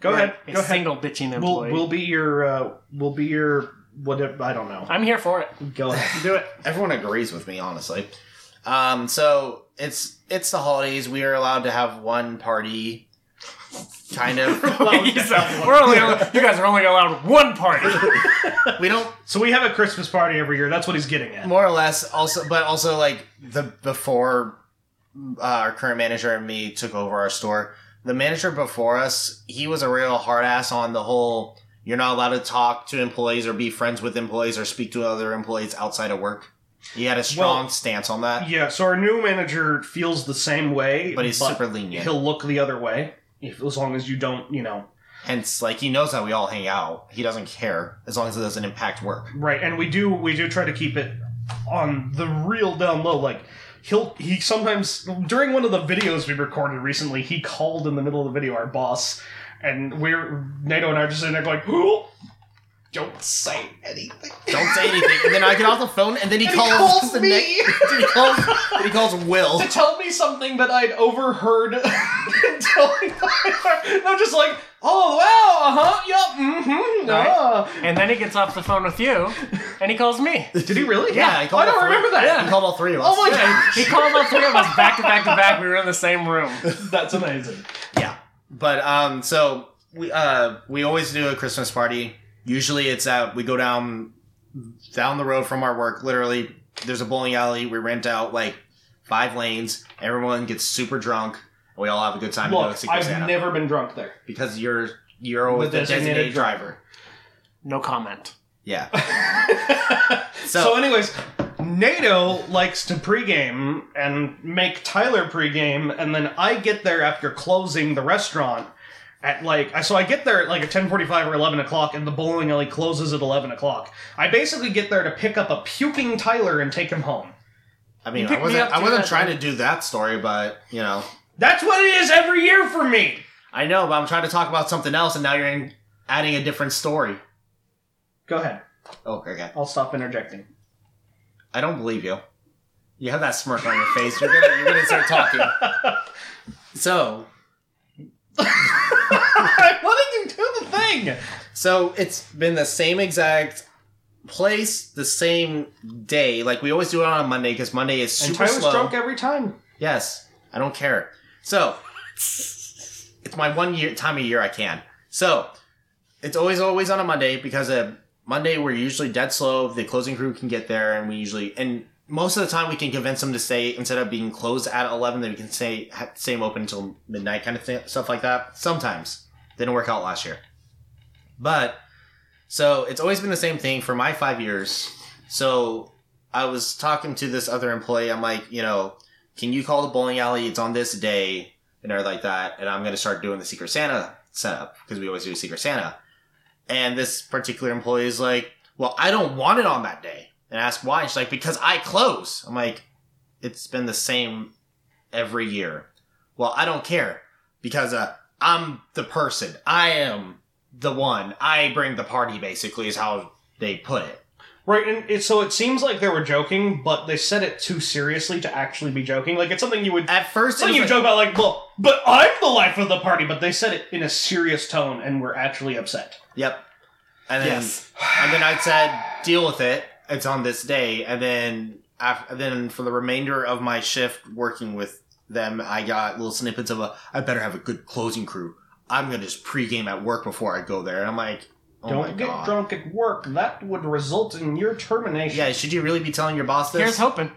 Speaker 3: Go
Speaker 1: You're
Speaker 3: ahead.
Speaker 1: a
Speaker 3: Go ahead.
Speaker 1: Single bitching
Speaker 3: We'll
Speaker 1: employee.
Speaker 3: we'll be your uh, we'll be your whatever. I don't know.
Speaker 1: I'm here for it.
Speaker 3: Go ahead.
Speaker 1: Do it.
Speaker 2: everyone agrees with me honestly um so it's it's the holidays we are allowed to have one party kind of
Speaker 1: He said, we're only you guys are only allowed one party.
Speaker 2: we don't
Speaker 3: So we have a Christmas party every year. That's what he's getting at.
Speaker 2: more or less also but also like the before uh, our current manager and me took over our store the manager before us he was a real hard ass on the whole you're not allowed to talk to employees or be friends with employees or speak to other employees outside of work he had a strong
Speaker 3: Well,
Speaker 2: stance on that
Speaker 3: Yeah, so our new manager feels the same way,
Speaker 2: but he's super lenient
Speaker 3: He'll look the other way if, as long as you don't, you know,
Speaker 2: Hence, like he knows how we all hang out. He doesn't care as long as it doesn't impact work.
Speaker 3: right. And we do, we do try to keep it on the real down low. Like he'll, he sometimes during one of the videos we recorded recently, he called in the middle of the video our boss, and we're NATO and I are just sitting there going, "Who? Don't say anything."
Speaker 2: Don't say anything. and then I get off the phone, and then he
Speaker 3: And he
Speaker 2: calls,
Speaker 3: calls
Speaker 2: the
Speaker 3: me.
Speaker 2: next- he calls. then he calls Will.
Speaker 3: to tell me something that I'd overheard telling my and I'm just like, oh wow, uh huh, yup, mm-hmm.
Speaker 1: Right.
Speaker 3: ah."
Speaker 1: And then he gets off the phone with you, and he calls me.
Speaker 3: Did he really?
Speaker 2: Yeah, he called
Speaker 3: I don't
Speaker 2: all three-
Speaker 3: remember that.
Speaker 2: He called all three of us.
Speaker 3: Oh my
Speaker 1: Yeah, he called all three of us back to back to back. We were in the same room.
Speaker 3: That's amazing.
Speaker 2: Yeah. But um, so we uh we always do a Christmas party. Usually it's at we go down down the road from our work. Literally, there's a bowling alley. We rent out like five lanes. Everyone gets super drunk. and We all have a good time. and go
Speaker 3: Look,
Speaker 2: see
Speaker 3: I've
Speaker 2: Santa
Speaker 3: never been drunk there.
Speaker 2: because you're you're always
Speaker 3: The
Speaker 2: the designated,
Speaker 3: designated
Speaker 2: driver.
Speaker 1: No comment.
Speaker 2: Yeah.
Speaker 3: so, anyways, NATO likes to pregame and make Tyler pregame, and then I get there after closing the restaurant at like I so I get there at like a ten forty five or eleven o'clock, and the bowling alley closes at eleven o'clock. I basically get there to pick up a puking Tyler and take him home.
Speaker 2: I mean,
Speaker 1: You
Speaker 2: I
Speaker 1: picked me
Speaker 2: wasn't,
Speaker 1: up
Speaker 2: I
Speaker 1: too,
Speaker 2: wasn't
Speaker 1: I
Speaker 2: trying to do that story, but you know,
Speaker 3: That's what it is every year for me.
Speaker 2: I know, but I'm trying to talk about something else, and now you're in, adding a different story.
Speaker 3: Go ahead.
Speaker 2: Oh, okay.
Speaker 3: I'll stop interjecting.
Speaker 2: I don't believe you. You have that smirk on your face. You're gonna, you're gonna start talking. So,
Speaker 3: I wanted to do the thing.
Speaker 2: so it's been the same exact place, the same day. Like we always do it on a Monday because Monday is
Speaker 3: And
Speaker 2: super
Speaker 3: Tyler's
Speaker 2: slow.
Speaker 3: drunk every time.
Speaker 2: Yes, I don't care. So it's my one year time of year I can. So it's always always uh, on a Monday because a Monday we're usually dead slow. The closing crew can get there, and we usually and most of the time we can convince them to stay instead of being closed at 11 that we can stay ha- stay 'em open until midnight kind of th- stuff like that sometimes didn't work out last year but so it's always been the same thing for my five years so i was talking to this other employee i'm like you know can you call the bowling alley it's on this day and everything like that and i'm going to start doing the secret santa setup because we always do secret santa and this particular employee is like well i don't want it on that day and I asked why. And she's like, because I close. I'm like, it's been the same every year. Well, I don't care because uh, I'm the person. I am the one. I bring the party, basically, is how they put it.
Speaker 3: Right, and it, so it seems like they were joking, but they said it too seriously to actually be joking. Like it's something you would
Speaker 2: At first, it
Speaker 3: something
Speaker 2: was
Speaker 3: you
Speaker 2: like-
Speaker 3: joke about, like, well, but I'm the life of the party. But they said it in a serious tone, and were actually upset.
Speaker 2: Yep. And then,
Speaker 1: Yes.
Speaker 2: and then I said, deal with it. It's on this day. And then, after, then for the remainder of my shift working with them, I got little snippets of a, I better have a good closing crew. I'm going to just pregame at work before I go there. And I'm like, oh my
Speaker 3: Don't get
Speaker 2: God.
Speaker 3: drunk at work. That would result in your termination.
Speaker 2: Yeah, should you really be telling your boss this?
Speaker 1: Here's hoping.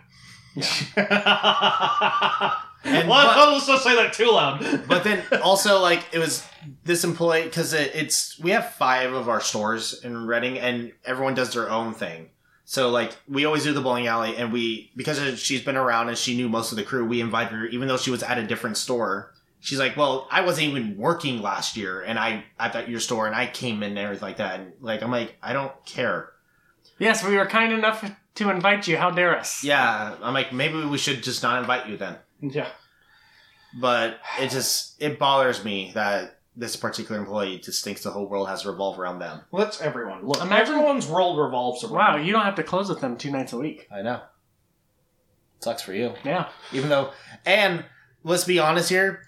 Speaker 2: And-
Speaker 3: well,
Speaker 2: but-
Speaker 3: let's not say that too loud.
Speaker 2: but then also like it was this employee because it, it's we have five of our stores in Reading and everyone does their own thing. So like we always do the bowling alley and we because she's been around and she knew most of the crew. We invited her even though she was at a different store. She's like, well, I wasn't even working last year and I I at your store and I came in and everything like that. And like I'm like I don't care.
Speaker 1: Yes, we were kind enough to invite you. How dare us?
Speaker 2: Yeah, I'm like maybe we should just not invite you then.
Speaker 3: yeah.
Speaker 2: but it just it bothers me that this particular employee just thinks the whole world has revolved around them.
Speaker 3: Well, that's everyone. Look,
Speaker 1: Imagine-
Speaker 3: everyone's world revolves around.
Speaker 1: Wow, you don't have to close with them two nights a week.
Speaker 2: I know. Sucks for you.
Speaker 1: Yeah.
Speaker 2: Even though, and let's be honest here,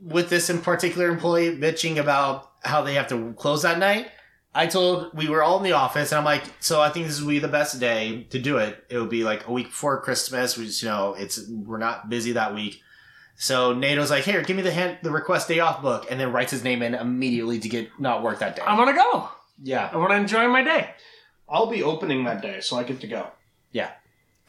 Speaker 2: with this in particular employee bitching about how they have to close that night, I told we were all in the office, and I'm like, so I think this would be the best day to do it. It would be like a week before Christmas. We just, you know, it's we're not busy that week. So NATO's like, here, give me the hand, the request day off book, and then writes his name in immediately to get not work that day.
Speaker 1: I want to go.
Speaker 2: yeah,
Speaker 1: I want to enjoy my day.
Speaker 3: I'll be opening that day, so I get to go.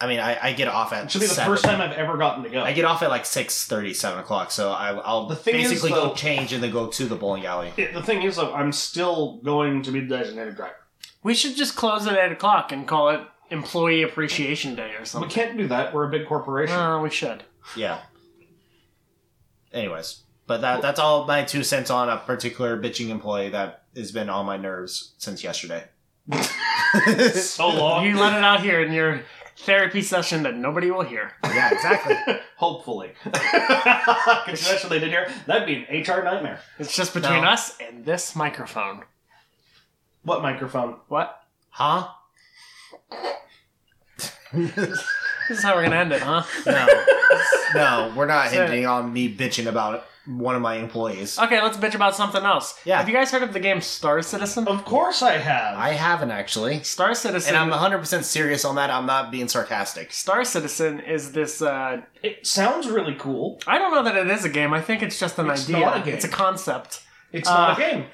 Speaker 2: I mean, I, I get off at
Speaker 3: It should be the
Speaker 2: seven.
Speaker 3: first time I've ever gotten to go.
Speaker 2: I get off at like six thirty, seven o'clock, so I, I'll
Speaker 3: The thing is,
Speaker 2: basically
Speaker 3: though-
Speaker 2: go change and then go to the bowling alley.
Speaker 3: It- the thing is, though, I'm still going to be the designated driver.
Speaker 1: We should just close at 8 o'clock and call it Employee Appreciation Day or
Speaker 3: We
Speaker 1: something.
Speaker 3: can't do that. We're a big corporation.
Speaker 1: Uh, we should.
Speaker 2: Yeah. Anyways, but that that's all my two cents on a particular bitching employee that has been on my nerves since yesterday.
Speaker 3: so long.
Speaker 1: You let it out here in your therapy session that nobody will hear.
Speaker 2: yeah, exactly.
Speaker 3: Hopefully. Because that's what they did here. That'd be an HR nightmare.
Speaker 1: It's just between
Speaker 2: No.
Speaker 1: us and this microphone.
Speaker 3: What microphone?
Speaker 1: What?
Speaker 2: Huh?
Speaker 1: This is how we're going to end it, huh?
Speaker 2: No, no, we're not
Speaker 1: So-
Speaker 2: hinting on me bitching about one of my employees.
Speaker 1: Okay, let's bitch about something else.
Speaker 2: Yeah.
Speaker 1: Have you guys heard of the game Star Citizen?
Speaker 3: Of course I have.
Speaker 2: I haven't actually,
Speaker 1: Star Citizen.
Speaker 2: and I'm 100 percent serious on that. I'm not being sarcastic.
Speaker 1: Star Citizen is this. Uh,
Speaker 3: it sounds really cool.
Speaker 1: I don't know that it is a game. I think it's just an
Speaker 3: It's
Speaker 1: idea.
Speaker 3: not a game.
Speaker 1: It's a concept.
Speaker 3: It's not
Speaker 1: Uh,
Speaker 3: a game.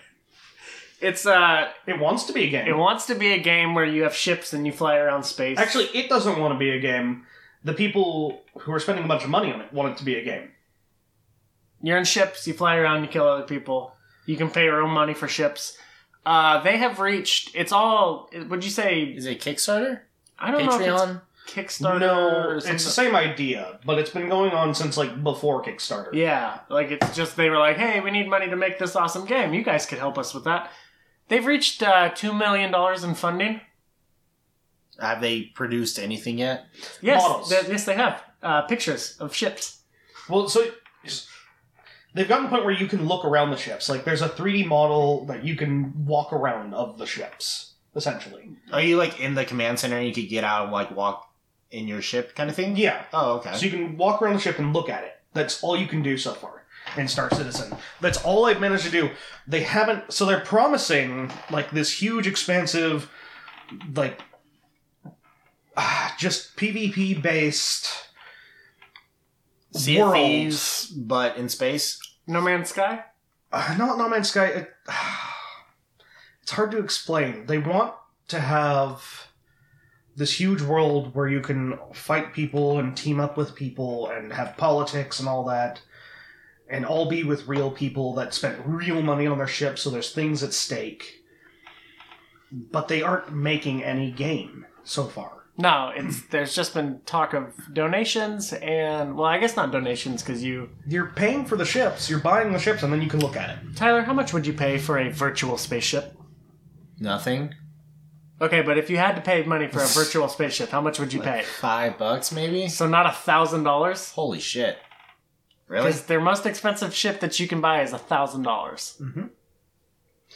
Speaker 1: It's uh,
Speaker 3: It wants to be a
Speaker 1: it
Speaker 3: game.
Speaker 1: wants to be a game where you have ships and you fly around space.
Speaker 3: Actually, it doesn't want to be a game. The people who are spending a bunch of money on it want it to be a game.
Speaker 1: you're in ships. You fly around. You kill other people. You can pay your own money for ships. Uh, they have reached. It's all. Would you say?
Speaker 2: Is it Kickstarter?
Speaker 1: I don't know. If
Speaker 2: Patreon?
Speaker 1: it's Kickstarter.
Speaker 3: no,
Speaker 1: or
Speaker 3: it's the
Speaker 1: something.
Speaker 3: same idea, but it's been going on since like before Kickstarter.
Speaker 1: Yeah, like it's just they were like, "Hey, we need money to make this awesome game. You guys could help us with that." They've reached uh, two million dollars in funding.
Speaker 2: Have they produced anything yet?
Speaker 1: Yes,
Speaker 3: Models.
Speaker 1: th- yes, they have uh, pictures of ships.
Speaker 3: Well, so they've gotten to the point where you can look around the ships. Like there's a 3D model that you can walk around of the ships, essentially.
Speaker 2: Are you like in the command center and you could get out and like walk in your ship kind of thing?
Speaker 3: Yeah.
Speaker 2: Oh, okay.
Speaker 3: So you can walk around the ship and look at it. That's all you can do so far in Star Citizen. That's all they've managed to do. They haven't. So they're promising like this huge, expansive, like ah, just PvP based.
Speaker 2: sea of Thieves, but in space.
Speaker 1: No Man's Sky.
Speaker 3: uh, not No Man's Sky. It, it's hard to explain. They want to have this huge world where you can fight people and team up with people and have politics and all that and all be with real people that spent real money on their ship so there's things at stake but they aren't making any game so far
Speaker 1: No, it's there's just been talk of donations and well, I guess not donations because you,
Speaker 3: you're paying for the ships you're buying the ships and then you can look at it
Speaker 1: Tyler, how much would you pay for a virtual spaceship?
Speaker 2: Nothing.
Speaker 1: Okay, but if you had to pay money for a virtual spaceship, how much would you pay?
Speaker 2: Five bucks, maybe.
Speaker 1: So not a thousand dollars.
Speaker 2: Holy shit! Really?
Speaker 1: Because their most expensive ship that you can buy is a thousand dollars.
Speaker 3: Mm-hmm.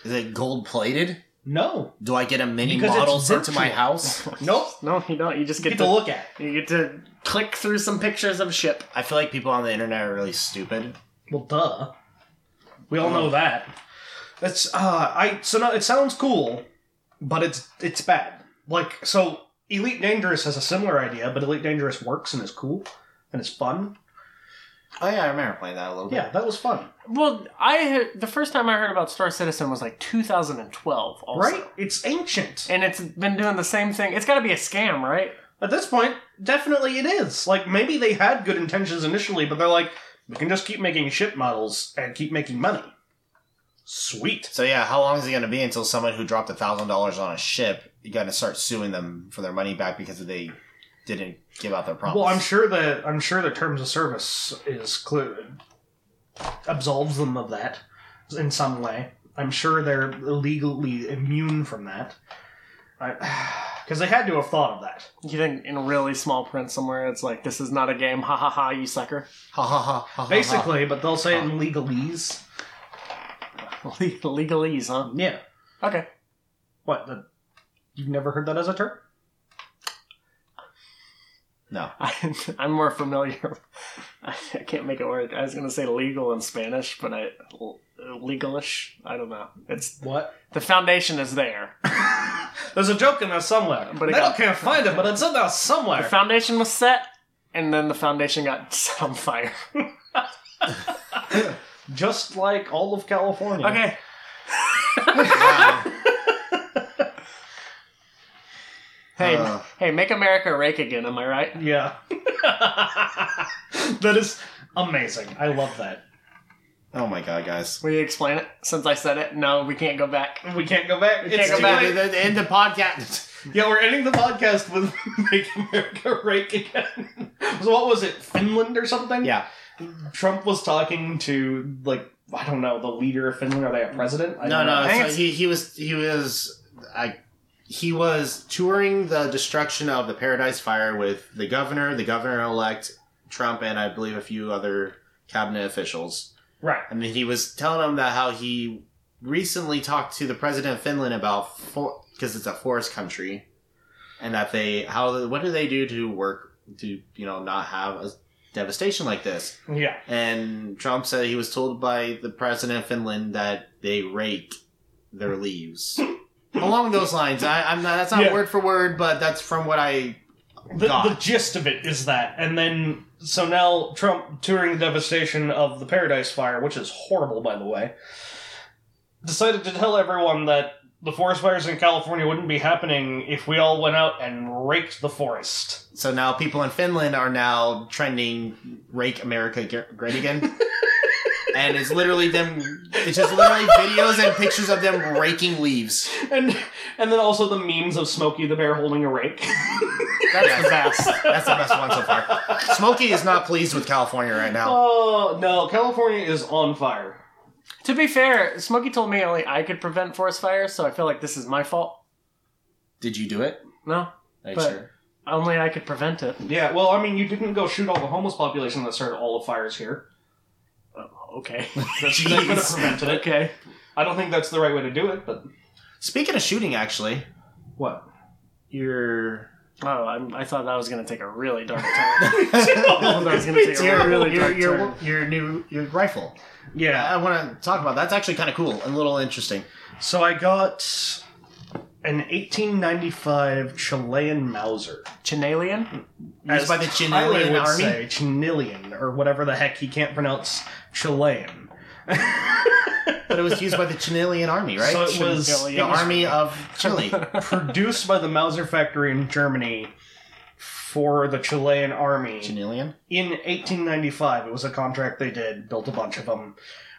Speaker 2: Is it gold plated?
Speaker 3: no
Speaker 2: Do I get a mini
Speaker 3: Because it's
Speaker 2: model sent to my
Speaker 3: virtual.
Speaker 2: house?
Speaker 3: nope
Speaker 1: No, you don't. You just
Speaker 3: you
Speaker 1: get
Speaker 3: get
Speaker 1: to
Speaker 3: to look at it
Speaker 1: you get to click through some pictures of ship.
Speaker 2: I feel like people on the internet are really stupid.
Speaker 3: Well, duh. We all know that. That's uh, I so no, it sounds cool, but it's it's bad. Like so, Elite Dangerous has a similar idea, but Elite Dangerous works and is cool and it's fun.
Speaker 2: Oh yeah, I remember playing that a little bit.
Speaker 3: Yeah, that was fun,
Speaker 1: Well, I the first time I heard about Star Citizen was like 2012, also.
Speaker 3: right? It's ancient
Speaker 1: And it's been doing the same thing. It's got to be a scam, right?
Speaker 3: at this point. Definitely, it is. Like maybe they had good intentions initially, but they're like, we can just keep making ship models and keep making money. Sweet.
Speaker 2: So yeah, how long is it going to be until someone who dropped a thousand dollars on a ship you got to start suing them for their money back because they didn't give out their promise?
Speaker 3: Well, I'm sure that I'm sure the terms of service is clear, absolves them of that in some way. I'm sure they're legally immune from that, because they had to have thought of that.
Speaker 1: You think in really small print somewhere it's like this is not a game, ha ha ha, you sucker.
Speaker 2: ha ha ha. ha, ha
Speaker 3: Uh-huh.
Speaker 2: ha.
Speaker 3: Basically, but they'll say it in legalese.
Speaker 1: Legalese, huh?
Speaker 3: Yeah.
Speaker 1: Okay.
Speaker 3: What? The, you've never heard that as a term?
Speaker 2: no.
Speaker 1: I, I'm more familiar. I can't make it word. I was gonna say legal in Spanish, but I legalish. I don't know. It's
Speaker 3: What?
Speaker 1: the foundation is there.
Speaker 3: There's a joke in there somewhere.
Speaker 1: But
Speaker 3: But
Speaker 1: it
Speaker 3: they
Speaker 1: got-
Speaker 3: don't can't find it, but it's in there somewhere.
Speaker 1: The foundation was set, and then the foundation got set on fire.
Speaker 3: Just like all of California.
Speaker 1: Okay. Hey,
Speaker 2: Uh.
Speaker 1: hey, make America rake again. Am I right?
Speaker 3: Yeah. that is amazing. I love that.
Speaker 2: Oh my god, guys.
Speaker 1: Will you explain it? Since I said it, no, we can't go back.
Speaker 3: We can't go back.
Speaker 1: can't
Speaker 3: It's
Speaker 1: go
Speaker 3: too
Speaker 1: back.
Speaker 3: late.
Speaker 2: End the podcast.
Speaker 3: Yeah, we're ending the podcast with Make America Rake Again. so what was it, Finland or something?
Speaker 2: Yeah.
Speaker 3: Trump was talking to like I don't know the leader of Finland. Are they a president? I
Speaker 2: No,
Speaker 3: don't know.
Speaker 1: I
Speaker 2: no.
Speaker 1: think
Speaker 2: So
Speaker 1: it's-
Speaker 2: he, he was he was I he was touring the destruction of the Paradise Fire with the governor, the governor elect, Trump, and I believe a few other cabinet officials.
Speaker 3: Right.
Speaker 2: And he was telling them that how he recently talked to the president of Finland about because it's a forest country, and that they how what do they do to work to you know not have a devastation like this.
Speaker 3: Yeah.
Speaker 2: And Trump said he was told by the president of Finland that they rake their leaves. Along those lines, I, I'm not, that's not
Speaker 3: Yeah.
Speaker 2: word for word, but that's from what I.
Speaker 3: The, the
Speaker 2: God.
Speaker 3: gist of it is that, and then so now Trump touring the devastation of the Paradise Fire, which is horrible, by the way, decided to tell everyone that the forest fires in California wouldn't be happening if we all went out and raked the forest.
Speaker 2: So now people in Finland are now trending "Rake America Ge- Great Again," and it's literally them. It's just literally videos and pictures of them raking leaves.
Speaker 3: and and then also the memes of Smokey the Bear holding a rake.
Speaker 1: That's
Speaker 2: Yeah.
Speaker 1: the best.
Speaker 2: That's the best one so far. Smokey is not pleased with California right now.
Speaker 3: oh no, California is on fire.
Speaker 1: to be fair, Smokey told me only I could prevent forest fires, so I feel like this is my fault.
Speaker 2: Did you do it?
Speaker 1: No,
Speaker 2: Thanks,
Speaker 1: But-
Speaker 2: sir.
Speaker 1: only I could prevent it.
Speaker 3: Yeah, well, I mean, you didn't go shoot all the homeless population that started all the fires here.
Speaker 1: Oh, Okay.
Speaker 3: That's, that could have
Speaker 2: Jeez.
Speaker 3: prevented it.
Speaker 1: okay.
Speaker 3: I don't think that's the right way to do it, but
Speaker 2: Speaking of shooting, actually,
Speaker 3: what?
Speaker 2: you're.
Speaker 1: Oh, I'm, I thought that was going to take a really dark turn. I was gonna say,
Speaker 3: Me too.
Speaker 1: a really
Speaker 2: your,
Speaker 1: dark turn.
Speaker 2: your, your new your rifle.
Speaker 3: yeah.
Speaker 2: I want to talk about that. that's actually kind of cool and a little interesting.
Speaker 3: So I got an 1895 Chilean Mauser.
Speaker 1: Chinalian?
Speaker 2: Used
Speaker 3: As
Speaker 2: by the
Speaker 3: Tyler
Speaker 2: Chilean
Speaker 3: would
Speaker 2: army?
Speaker 3: say, Chinilian, or whatever the heck he can't pronounce Chilean.
Speaker 2: But it was used by the Chilean army, right?
Speaker 3: So it was
Speaker 1: Chile.
Speaker 2: the army of Chile.
Speaker 3: produced by the Mauser factory in Germany for the Chilean army.
Speaker 2: Chilean?
Speaker 3: in 1895 it was a contract they did built a bunch of them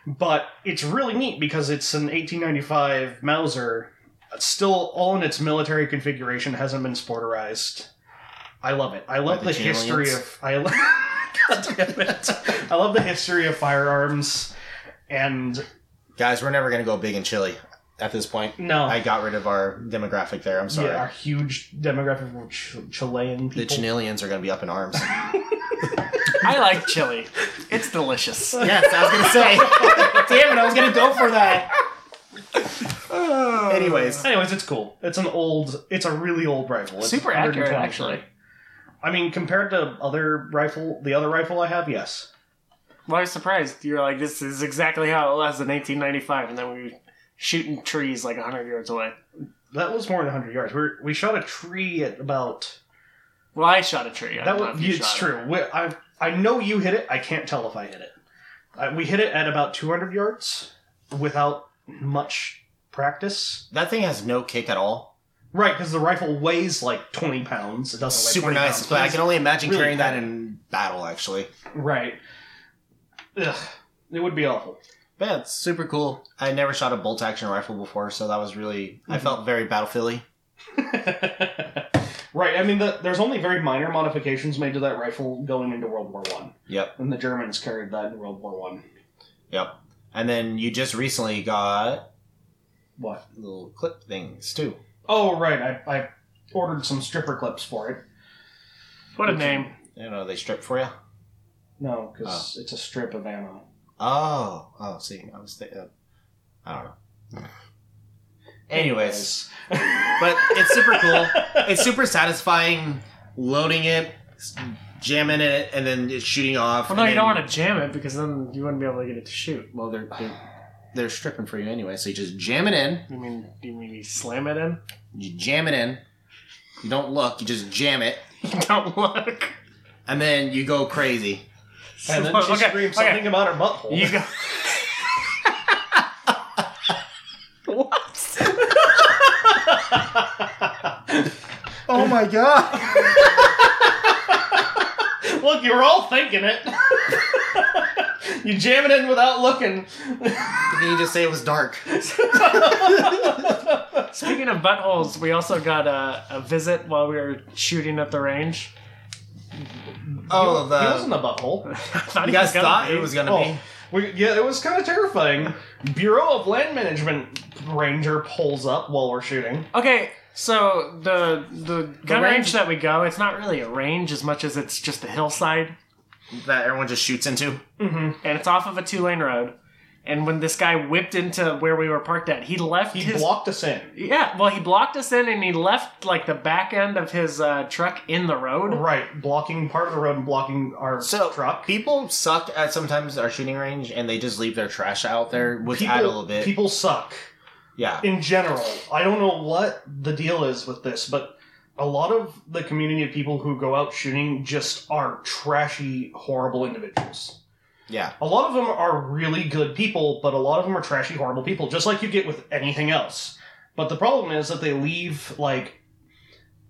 Speaker 3: but it's really neat because it's an 1895 mauser it's still all in its military configuration hasn't been sporterized i love it i love
Speaker 2: the
Speaker 3: the, history
Speaker 2: Chileans?
Speaker 3: of i love god damn it i love the history of firearms and
Speaker 2: Guys, we're never gonna go big in Chile at this point.
Speaker 3: no
Speaker 2: I got rid of our demographic there. I'm sorry.
Speaker 3: yeah, our huge demographic of Ch- chilean
Speaker 2: The
Speaker 3: people
Speaker 2: Chileans are gonna be up in arms.
Speaker 1: I like chili. It's delicious.
Speaker 2: yes, I was gonna say. Damn it, I was gonna go for that. Anyways,
Speaker 3: anyways it's cool it's an old it's a really old rifle it's
Speaker 1: Super accurate,
Speaker 3: 123.
Speaker 1: actually.
Speaker 3: I mean, compared to other rifle, the other rifle I have, yes.
Speaker 1: Well, I was surprised. You were like, this is exactly how it was in 1895, and then we were shooting trees like 100 yards away.
Speaker 3: That was more than 100 yards. We we shot a tree at about.
Speaker 1: Well, I shot a tree. I don't
Speaker 3: That
Speaker 1: know
Speaker 3: was,
Speaker 1: if you
Speaker 3: it's
Speaker 1: shot it.
Speaker 3: true. We, I I know you hit it. I can't tell if I hit it. Uh, we hit it at about 200 yards without much practice.
Speaker 2: that thing has no kick at all.
Speaker 3: Right, because the rifle weighs like 20 pounds. It doesn't weigh
Speaker 2: Super
Speaker 3: 20
Speaker 2: nice,
Speaker 3: pounds,
Speaker 2: but I can only imagine
Speaker 3: really
Speaker 2: carrying that in battle. Actually,
Speaker 3: Right. Ugh, it would be awful.
Speaker 2: but yeah, it's super cool. I never shot a bolt action rifle before, so that was really.
Speaker 1: Mm-hmm.
Speaker 2: I
Speaker 3: Mhm.
Speaker 2: felt very battlefieldy.
Speaker 3: right. I mean, the, there's only very minor modifications made to that rifle going into World War One,
Speaker 2: Yep,
Speaker 3: and the Germans carried that in World War One.
Speaker 2: yep. And then you just recently got
Speaker 3: What?
Speaker 2: little clip things too.
Speaker 3: Oh, right. I, I ordered some stripper clips for it.
Speaker 1: What a name.
Speaker 2: You know, they strip for you.
Speaker 3: No, because it's a strip of ammo.
Speaker 2: Oh, oh. See, I was thinking. I don't know. Anyways. but it's super cool. It's super satisfying loading it, s- jamming it, and then it's shooting off.
Speaker 1: Well, no, you don't want to jam it because then you wouldn't be able to get it to shoot.
Speaker 2: Well, they're, they're they're stripping for you anyway, so you just jam it in.
Speaker 1: You mean you mean you slam it in?
Speaker 2: You jam it in. You don't look. You just jam it,
Speaker 1: You don't look.
Speaker 2: and then you go crazy.
Speaker 3: and then she
Speaker 1: Okay,
Speaker 3: screamed
Speaker 1: okay.
Speaker 3: something about her butthole.
Speaker 1: You go. what?
Speaker 2: Oh my god!
Speaker 3: Look, you were all thinking it. you jam it in without looking.
Speaker 2: Can you just say it was dark?
Speaker 1: Speaking of buttholes, we also got a, a visit while we were shooting at the range.
Speaker 2: Oh,
Speaker 3: he wasn't
Speaker 2: the
Speaker 3: a butthole.
Speaker 1: I thought
Speaker 2: you
Speaker 1: he was
Speaker 2: guys
Speaker 1: gonna
Speaker 2: thought
Speaker 1: be.
Speaker 2: it was gonna
Speaker 3: Oh,
Speaker 2: be.
Speaker 3: we, yeah, it was kind of terrifying. Bureau of Land Management ranger pulls up while we're shooting.
Speaker 1: Okay, so the the gun range,
Speaker 2: range-
Speaker 1: that we go, it's not really a range as much as it's just a hillside,
Speaker 2: That everyone just shoots into.
Speaker 3: Mm-hmm.
Speaker 1: and it's off of a two lane road. And when this guy whipped into where we were parked at, he left
Speaker 3: He
Speaker 1: his
Speaker 3: blocked us in.
Speaker 1: yeah. Well, he blocked us in, and he left like the back end of his uh, truck in the road.
Speaker 3: Right, blocking part of the road and blocking our
Speaker 2: So
Speaker 3: truck.
Speaker 2: people suck at sometimes our shooting range, and they just leave their trash out there, which add a little bit.
Speaker 3: People suck
Speaker 2: yeah,
Speaker 3: in general. I don't know what the deal is with this, but a lot of the community of people who go out shooting just are trashy, horrible individuals.
Speaker 2: yeah.
Speaker 3: A lot of them are really good people, but a lot of them are trashy, horrible people, just like you get with anything else. But the problem is that they leave like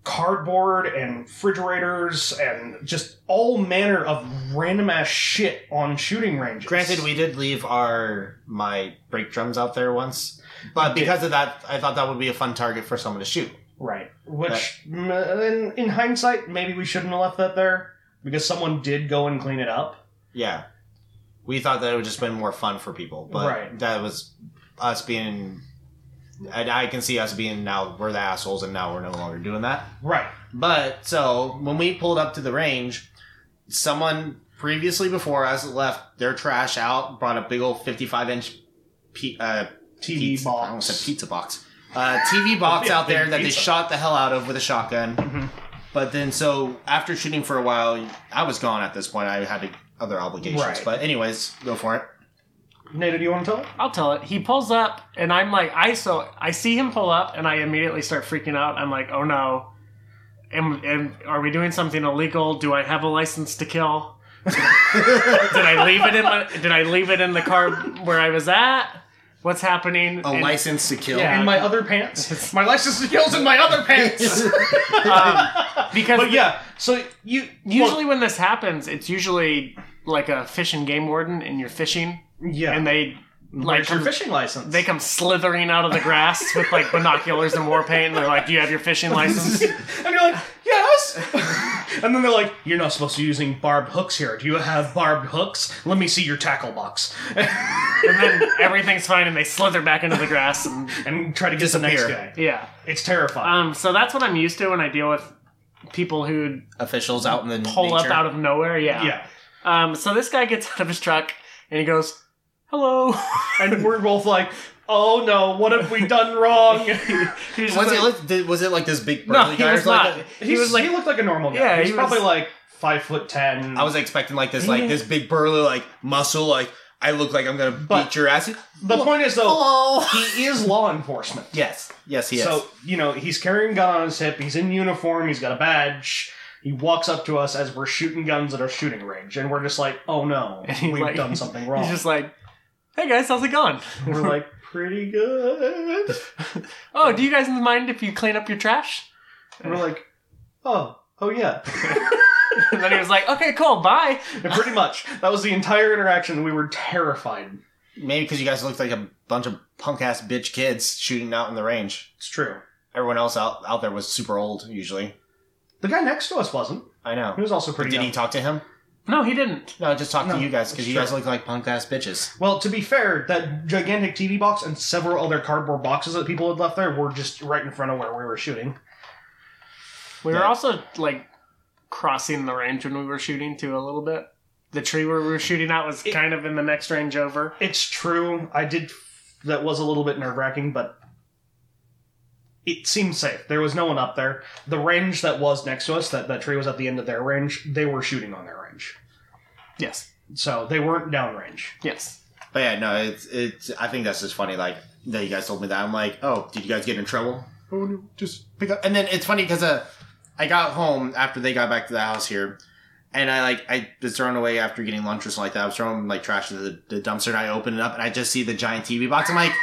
Speaker 3: cardboard and refrigerators and just all manner of random ass shit on shooting ranges.
Speaker 2: Granted, we did leave our my brake drums out there once, but because of that, I thought that would be a fun target for someone to shoot.
Speaker 3: Right. Which, m in, in hindsight, maybe we shouldn't have left that there because someone did go and clean it up.
Speaker 2: Yeah, we thought that it would just been more fun for people, but
Speaker 3: Right.
Speaker 2: that was us being. And I can see us being now we're the assholes, and now we're no longer doing that.
Speaker 3: Right.
Speaker 2: But so when we pulled up to the range, someone previously before us left their trash out, brought a big old fifty-five inch pe- uh,
Speaker 3: TV
Speaker 2: pizza, I almost
Speaker 3: box.
Speaker 2: said pizza box. Uh, TV box
Speaker 3: Yeah,
Speaker 2: out there
Speaker 3: big
Speaker 2: that they
Speaker 3: pizza.
Speaker 2: shot the hell out of with a shotgun.
Speaker 1: Mm-hmm.
Speaker 3: Mhm.
Speaker 2: But then, so after shooting for a while, I was gone at this point. I had other obligations.
Speaker 3: Right.
Speaker 2: But anyways, go for it.
Speaker 3: Nada, do you want to tell? it?
Speaker 1: I'll tell it. He pulls up, and I'm like, I so I see him pull up, and I immediately start freaking out. I'm like, oh no, am, am are we doing something illegal? Do I have a license to kill? did I leave it in my, Did I leave it in the car where I was at? what's happening.
Speaker 2: A
Speaker 1: and, uh,
Speaker 2: license to kill.
Speaker 1: Yeah.
Speaker 3: in my other pants. My license to kill's in my other pants.
Speaker 1: um, because
Speaker 3: but yeah, so you
Speaker 1: usually when this happens, it's usually like a fish and game warden, and you're fishing,
Speaker 3: well, yeah,
Speaker 1: and they like
Speaker 3: Where's your
Speaker 1: come-
Speaker 3: fishing license.
Speaker 1: they come slithering out of the grass with like binoculars and war paint, and they're like, "Do you have your fishing license?"
Speaker 3: and you're like, yes. and then they're like, you're not supposed to be using barbed hooks here. Do you have barbed hooks? Let me see your tackle box.
Speaker 1: and then everything's fine, and they slither back into the grass, and
Speaker 3: and try to get the next
Speaker 2: Disappear.
Speaker 3: guy.
Speaker 1: yeah.
Speaker 3: It's terrifying.
Speaker 1: Um, so that's what I'm used to when I deal with people who
Speaker 2: Officials out in the
Speaker 1: pull up
Speaker 2: nature.
Speaker 1: out of nowhere. Yeah.
Speaker 3: yeah,
Speaker 1: Um, so this guy gets out of his truck and he goes, "Hello."
Speaker 3: and we're both like, oh no, what have we done wrong?
Speaker 1: He's just
Speaker 2: Was it
Speaker 1: like-
Speaker 2: like, did, was it like this big
Speaker 1: No,
Speaker 2: burly
Speaker 1: he
Speaker 2: guy or
Speaker 1: was
Speaker 2: something like
Speaker 1: not.
Speaker 2: that?
Speaker 1: He was like,
Speaker 3: he looked like a normal guy.
Speaker 1: Yeah,
Speaker 3: he's
Speaker 1: he was-
Speaker 3: probably like five foot ten.
Speaker 2: I was expecting like this, like this big burly, like muscle, like I look like I'm gonna
Speaker 3: But-
Speaker 2: beat your ass. Oh.
Speaker 3: the point is though,
Speaker 2: Hello.
Speaker 1: Oh.
Speaker 3: he is law enforcement.
Speaker 2: yes, yes, he is.
Speaker 3: So, you know, he's carrying a gun on his hip, he's in uniform, he's got a badge. He walks up to us as we're shooting guns at our shooting range, and we're just like, oh no,
Speaker 1: And he's
Speaker 3: we've
Speaker 1: like-
Speaker 3: done something wrong.
Speaker 1: he's just like, "Hey guys, how's it going?"
Speaker 3: we're like, pretty good.
Speaker 1: Oh, do you guys mind if you clean up your trash?
Speaker 3: And we're like, oh, oh yeah.
Speaker 1: And then he was like, "Okay, cool, bye."
Speaker 3: And pretty much. That was the entire interaction. We were terrified.
Speaker 2: Maybe because you guys looked like a bunch of punk ass bitch kids shooting out in the range.
Speaker 3: It's true.
Speaker 2: Everyone else out out there was super old usually.
Speaker 3: The guy next to us wasn't.
Speaker 2: I
Speaker 3: He
Speaker 2: know.
Speaker 3: was also pretty
Speaker 2: Did he
Speaker 3: young.
Speaker 2: talk to him?
Speaker 1: No, he didn't.
Speaker 2: Hmm. No, just talk
Speaker 3: No,
Speaker 2: to you guys because you
Speaker 3: sure.
Speaker 2: guys look like punk ass bitches.
Speaker 3: Well, to be fair, that gigantic TV box and several other cardboard boxes that people had left there were just right in front of where we were shooting.
Speaker 1: We were
Speaker 2: Yeah.
Speaker 1: also like crossing the range when we were shooting too a little bit. The tree where we were shooting at was
Speaker 3: It-
Speaker 1: kind of in the next range over.
Speaker 3: It's true. I did. That was a little bit nerve wracking, but it seemed safe. There was no one up there. The range that was next to us, that that tree was at the end of their range. They were shooting on their range,
Speaker 1: Yes,
Speaker 3: so they weren't downrange.
Speaker 1: yes.
Speaker 2: But yeah, no, it's it's. I think that's just funny. Like that you guys told me that. I'm like, oh, did you guys get in trouble? Oh no, just pick up. And then it's funny because uh, I got home after they got back to the house here, and I like I was thrown away after getting lunch or something like that. I was throwing like trash into the, the dumpster, and I open it up, and I just see the giant TV box. I'm like,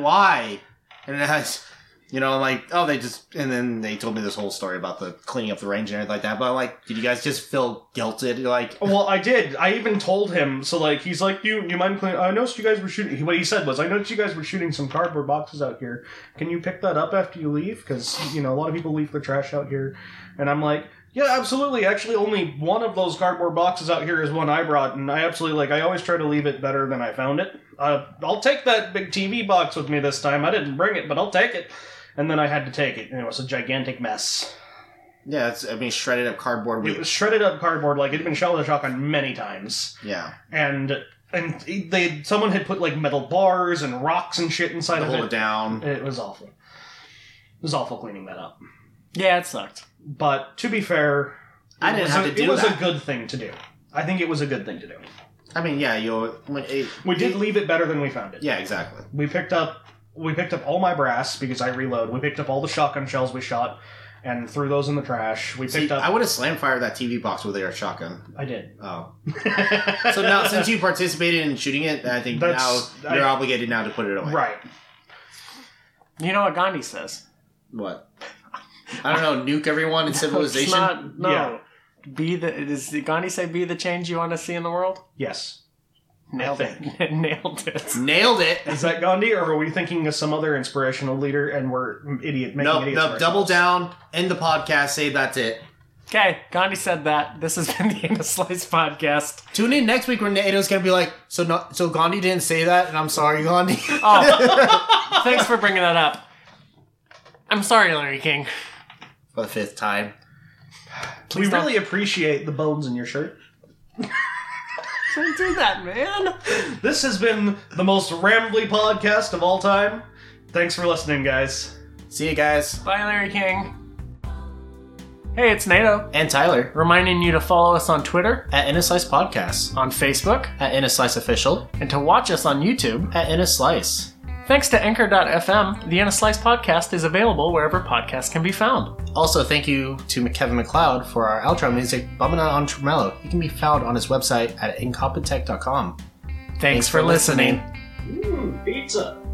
Speaker 2: why? And then I, s- you know, I'm like, oh, they just. And then they told me this whole story about the cleaning up the range and everything like that. But I'm like, did you guys just feel guilted? Like,
Speaker 3: Well, I did. I even told him. So, like, he's like, "You, you mind cleaning? I noticed you guys were shooting." What he said was, "I noticed you guys were shooting some cardboard boxes out here. Can you pick that up after you leave? Because you know a lot of people leave their trash out here." And I'm like, "Yeah, absolutely. Actually, only one of those cardboard boxes out here is one I brought, and I absolutely like. I always try to leave it better than I found it. Uh, I'll take that big TV box with me this time. I didn't bring it, but I'll take it." And then I had to take it, and it was a gigantic mess.
Speaker 2: yeah, it's. I mean, shredded up cardboard.
Speaker 3: It was
Speaker 2: with
Speaker 3: shredded up cardboard like it had been shell shock on many times.
Speaker 2: yeah.
Speaker 3: and and they someone had put like metal bars and rocks and shit inside
Speaker 2: to
Speaker 3: of
Speaker 2: hold it
Speaker 3: it.
Speaker 2: down.
Speaker 3: It was awful. It was awful cleaning that up.
Speaker 1: Yeah, it sucked.
Speaker 3: But to be fair,
Speaker 2: I
Speaker 3: it
Speaker 2: didn't
Speaker 3: was
Speaker 2: have
Speaker 3: a,
Speaker 2: to do
Speaker 3: It was
Speaker 2: that.
Speaker 3: a good thing to do. I think it was a good thing to do.
Speaker 2: I mean, yeah, you. When it,
Speaker 3: We did leave it better than we found it.
Speaker 2: Yeah, exactly.
Speaker 3: We picked up we picked up all my brass because I reload. We picked up all the shotgun shells we shot and threw those in the trash. We
Speaker 2: See,
Speaker 3: picked up
Speaker 2: I would have slam fired that TV box with a shotgun.
Speaker 3: I did.
Speaker 2: Oh, so now since you participated in shooting it, I think
Speaker 3: That's-
Speaker 2: now you're
Speaker 3: I-
Speaker 2: obligated now to put it away.
Speaker 3: Right.
Speaker 1: You know what Gandhi says?
Speaker 2: What? I don't know. Nuke everyone in civilization.
Speaker 1: It's not, no.
Speaker 3: Yeah.
Speaker 1: Be the does Gandhi say be the change you want to see in the world?
Speaker 3: Yes.
Speaker 1: Nailed it. Nailed it.
Speaker 2: Nailed it.
Speaker 3: Is that Gandhi, or are we thinking of some other inspirational leader and we're idiot making
Speaker 2: Nope,
Speaker 3: idiots? of
Speaker 2: nope. Double
Speaker 3: ourselves?
Speaker 2: down. End the podcast. Say that's it.
Speaker 1: Okay, Gandhi said that. This has been the End of Slice podcast.
Speaker 2: Tune in next week when NATO's gonna be like, so not, so Gandhi didn't say that, and I'm sorry, Gandhi.
Speaker 1: Oh, thanks for bringing that up. I'm sorry, Larry King.
Speaker 2: For the fifth time.
Speaker 1: Please
Speaker 3: we
Speaker 1: don't-
Speaker 3: really appreciate the bones in your shirt.
Speaker 1: Don't do that, man.
Speaker 3: This has been the most rambly podcast of all time. Thanks for listening, guys.
Speaker 2: See you guys.
Speaker 1: Bye, Larry King. Hey, it's NATO.
Speaker 2: And Tyler
Speaker 1: Reminding you to follow us on Twitter,
Speaker 2: at In a Slice Podcast,
Speaker 1: on Facebook,
Speaker 2: at In a Slice Official,
Speaker 1: and to watch us on YouTube.
Speaker 2: at In a Slice.
Speaker 1: Thanks to Anchor.fm, the In a Slice podcast is available wherever podcasts can be found.
Speaker 2: Also, thank you to Kevin McLeod for our outro music, Bumming Out on Tremelo. He can be found on his website at incompetech.com.
Speaker 1: Thanks for listening.
Speaker 3: Ooh, pizza.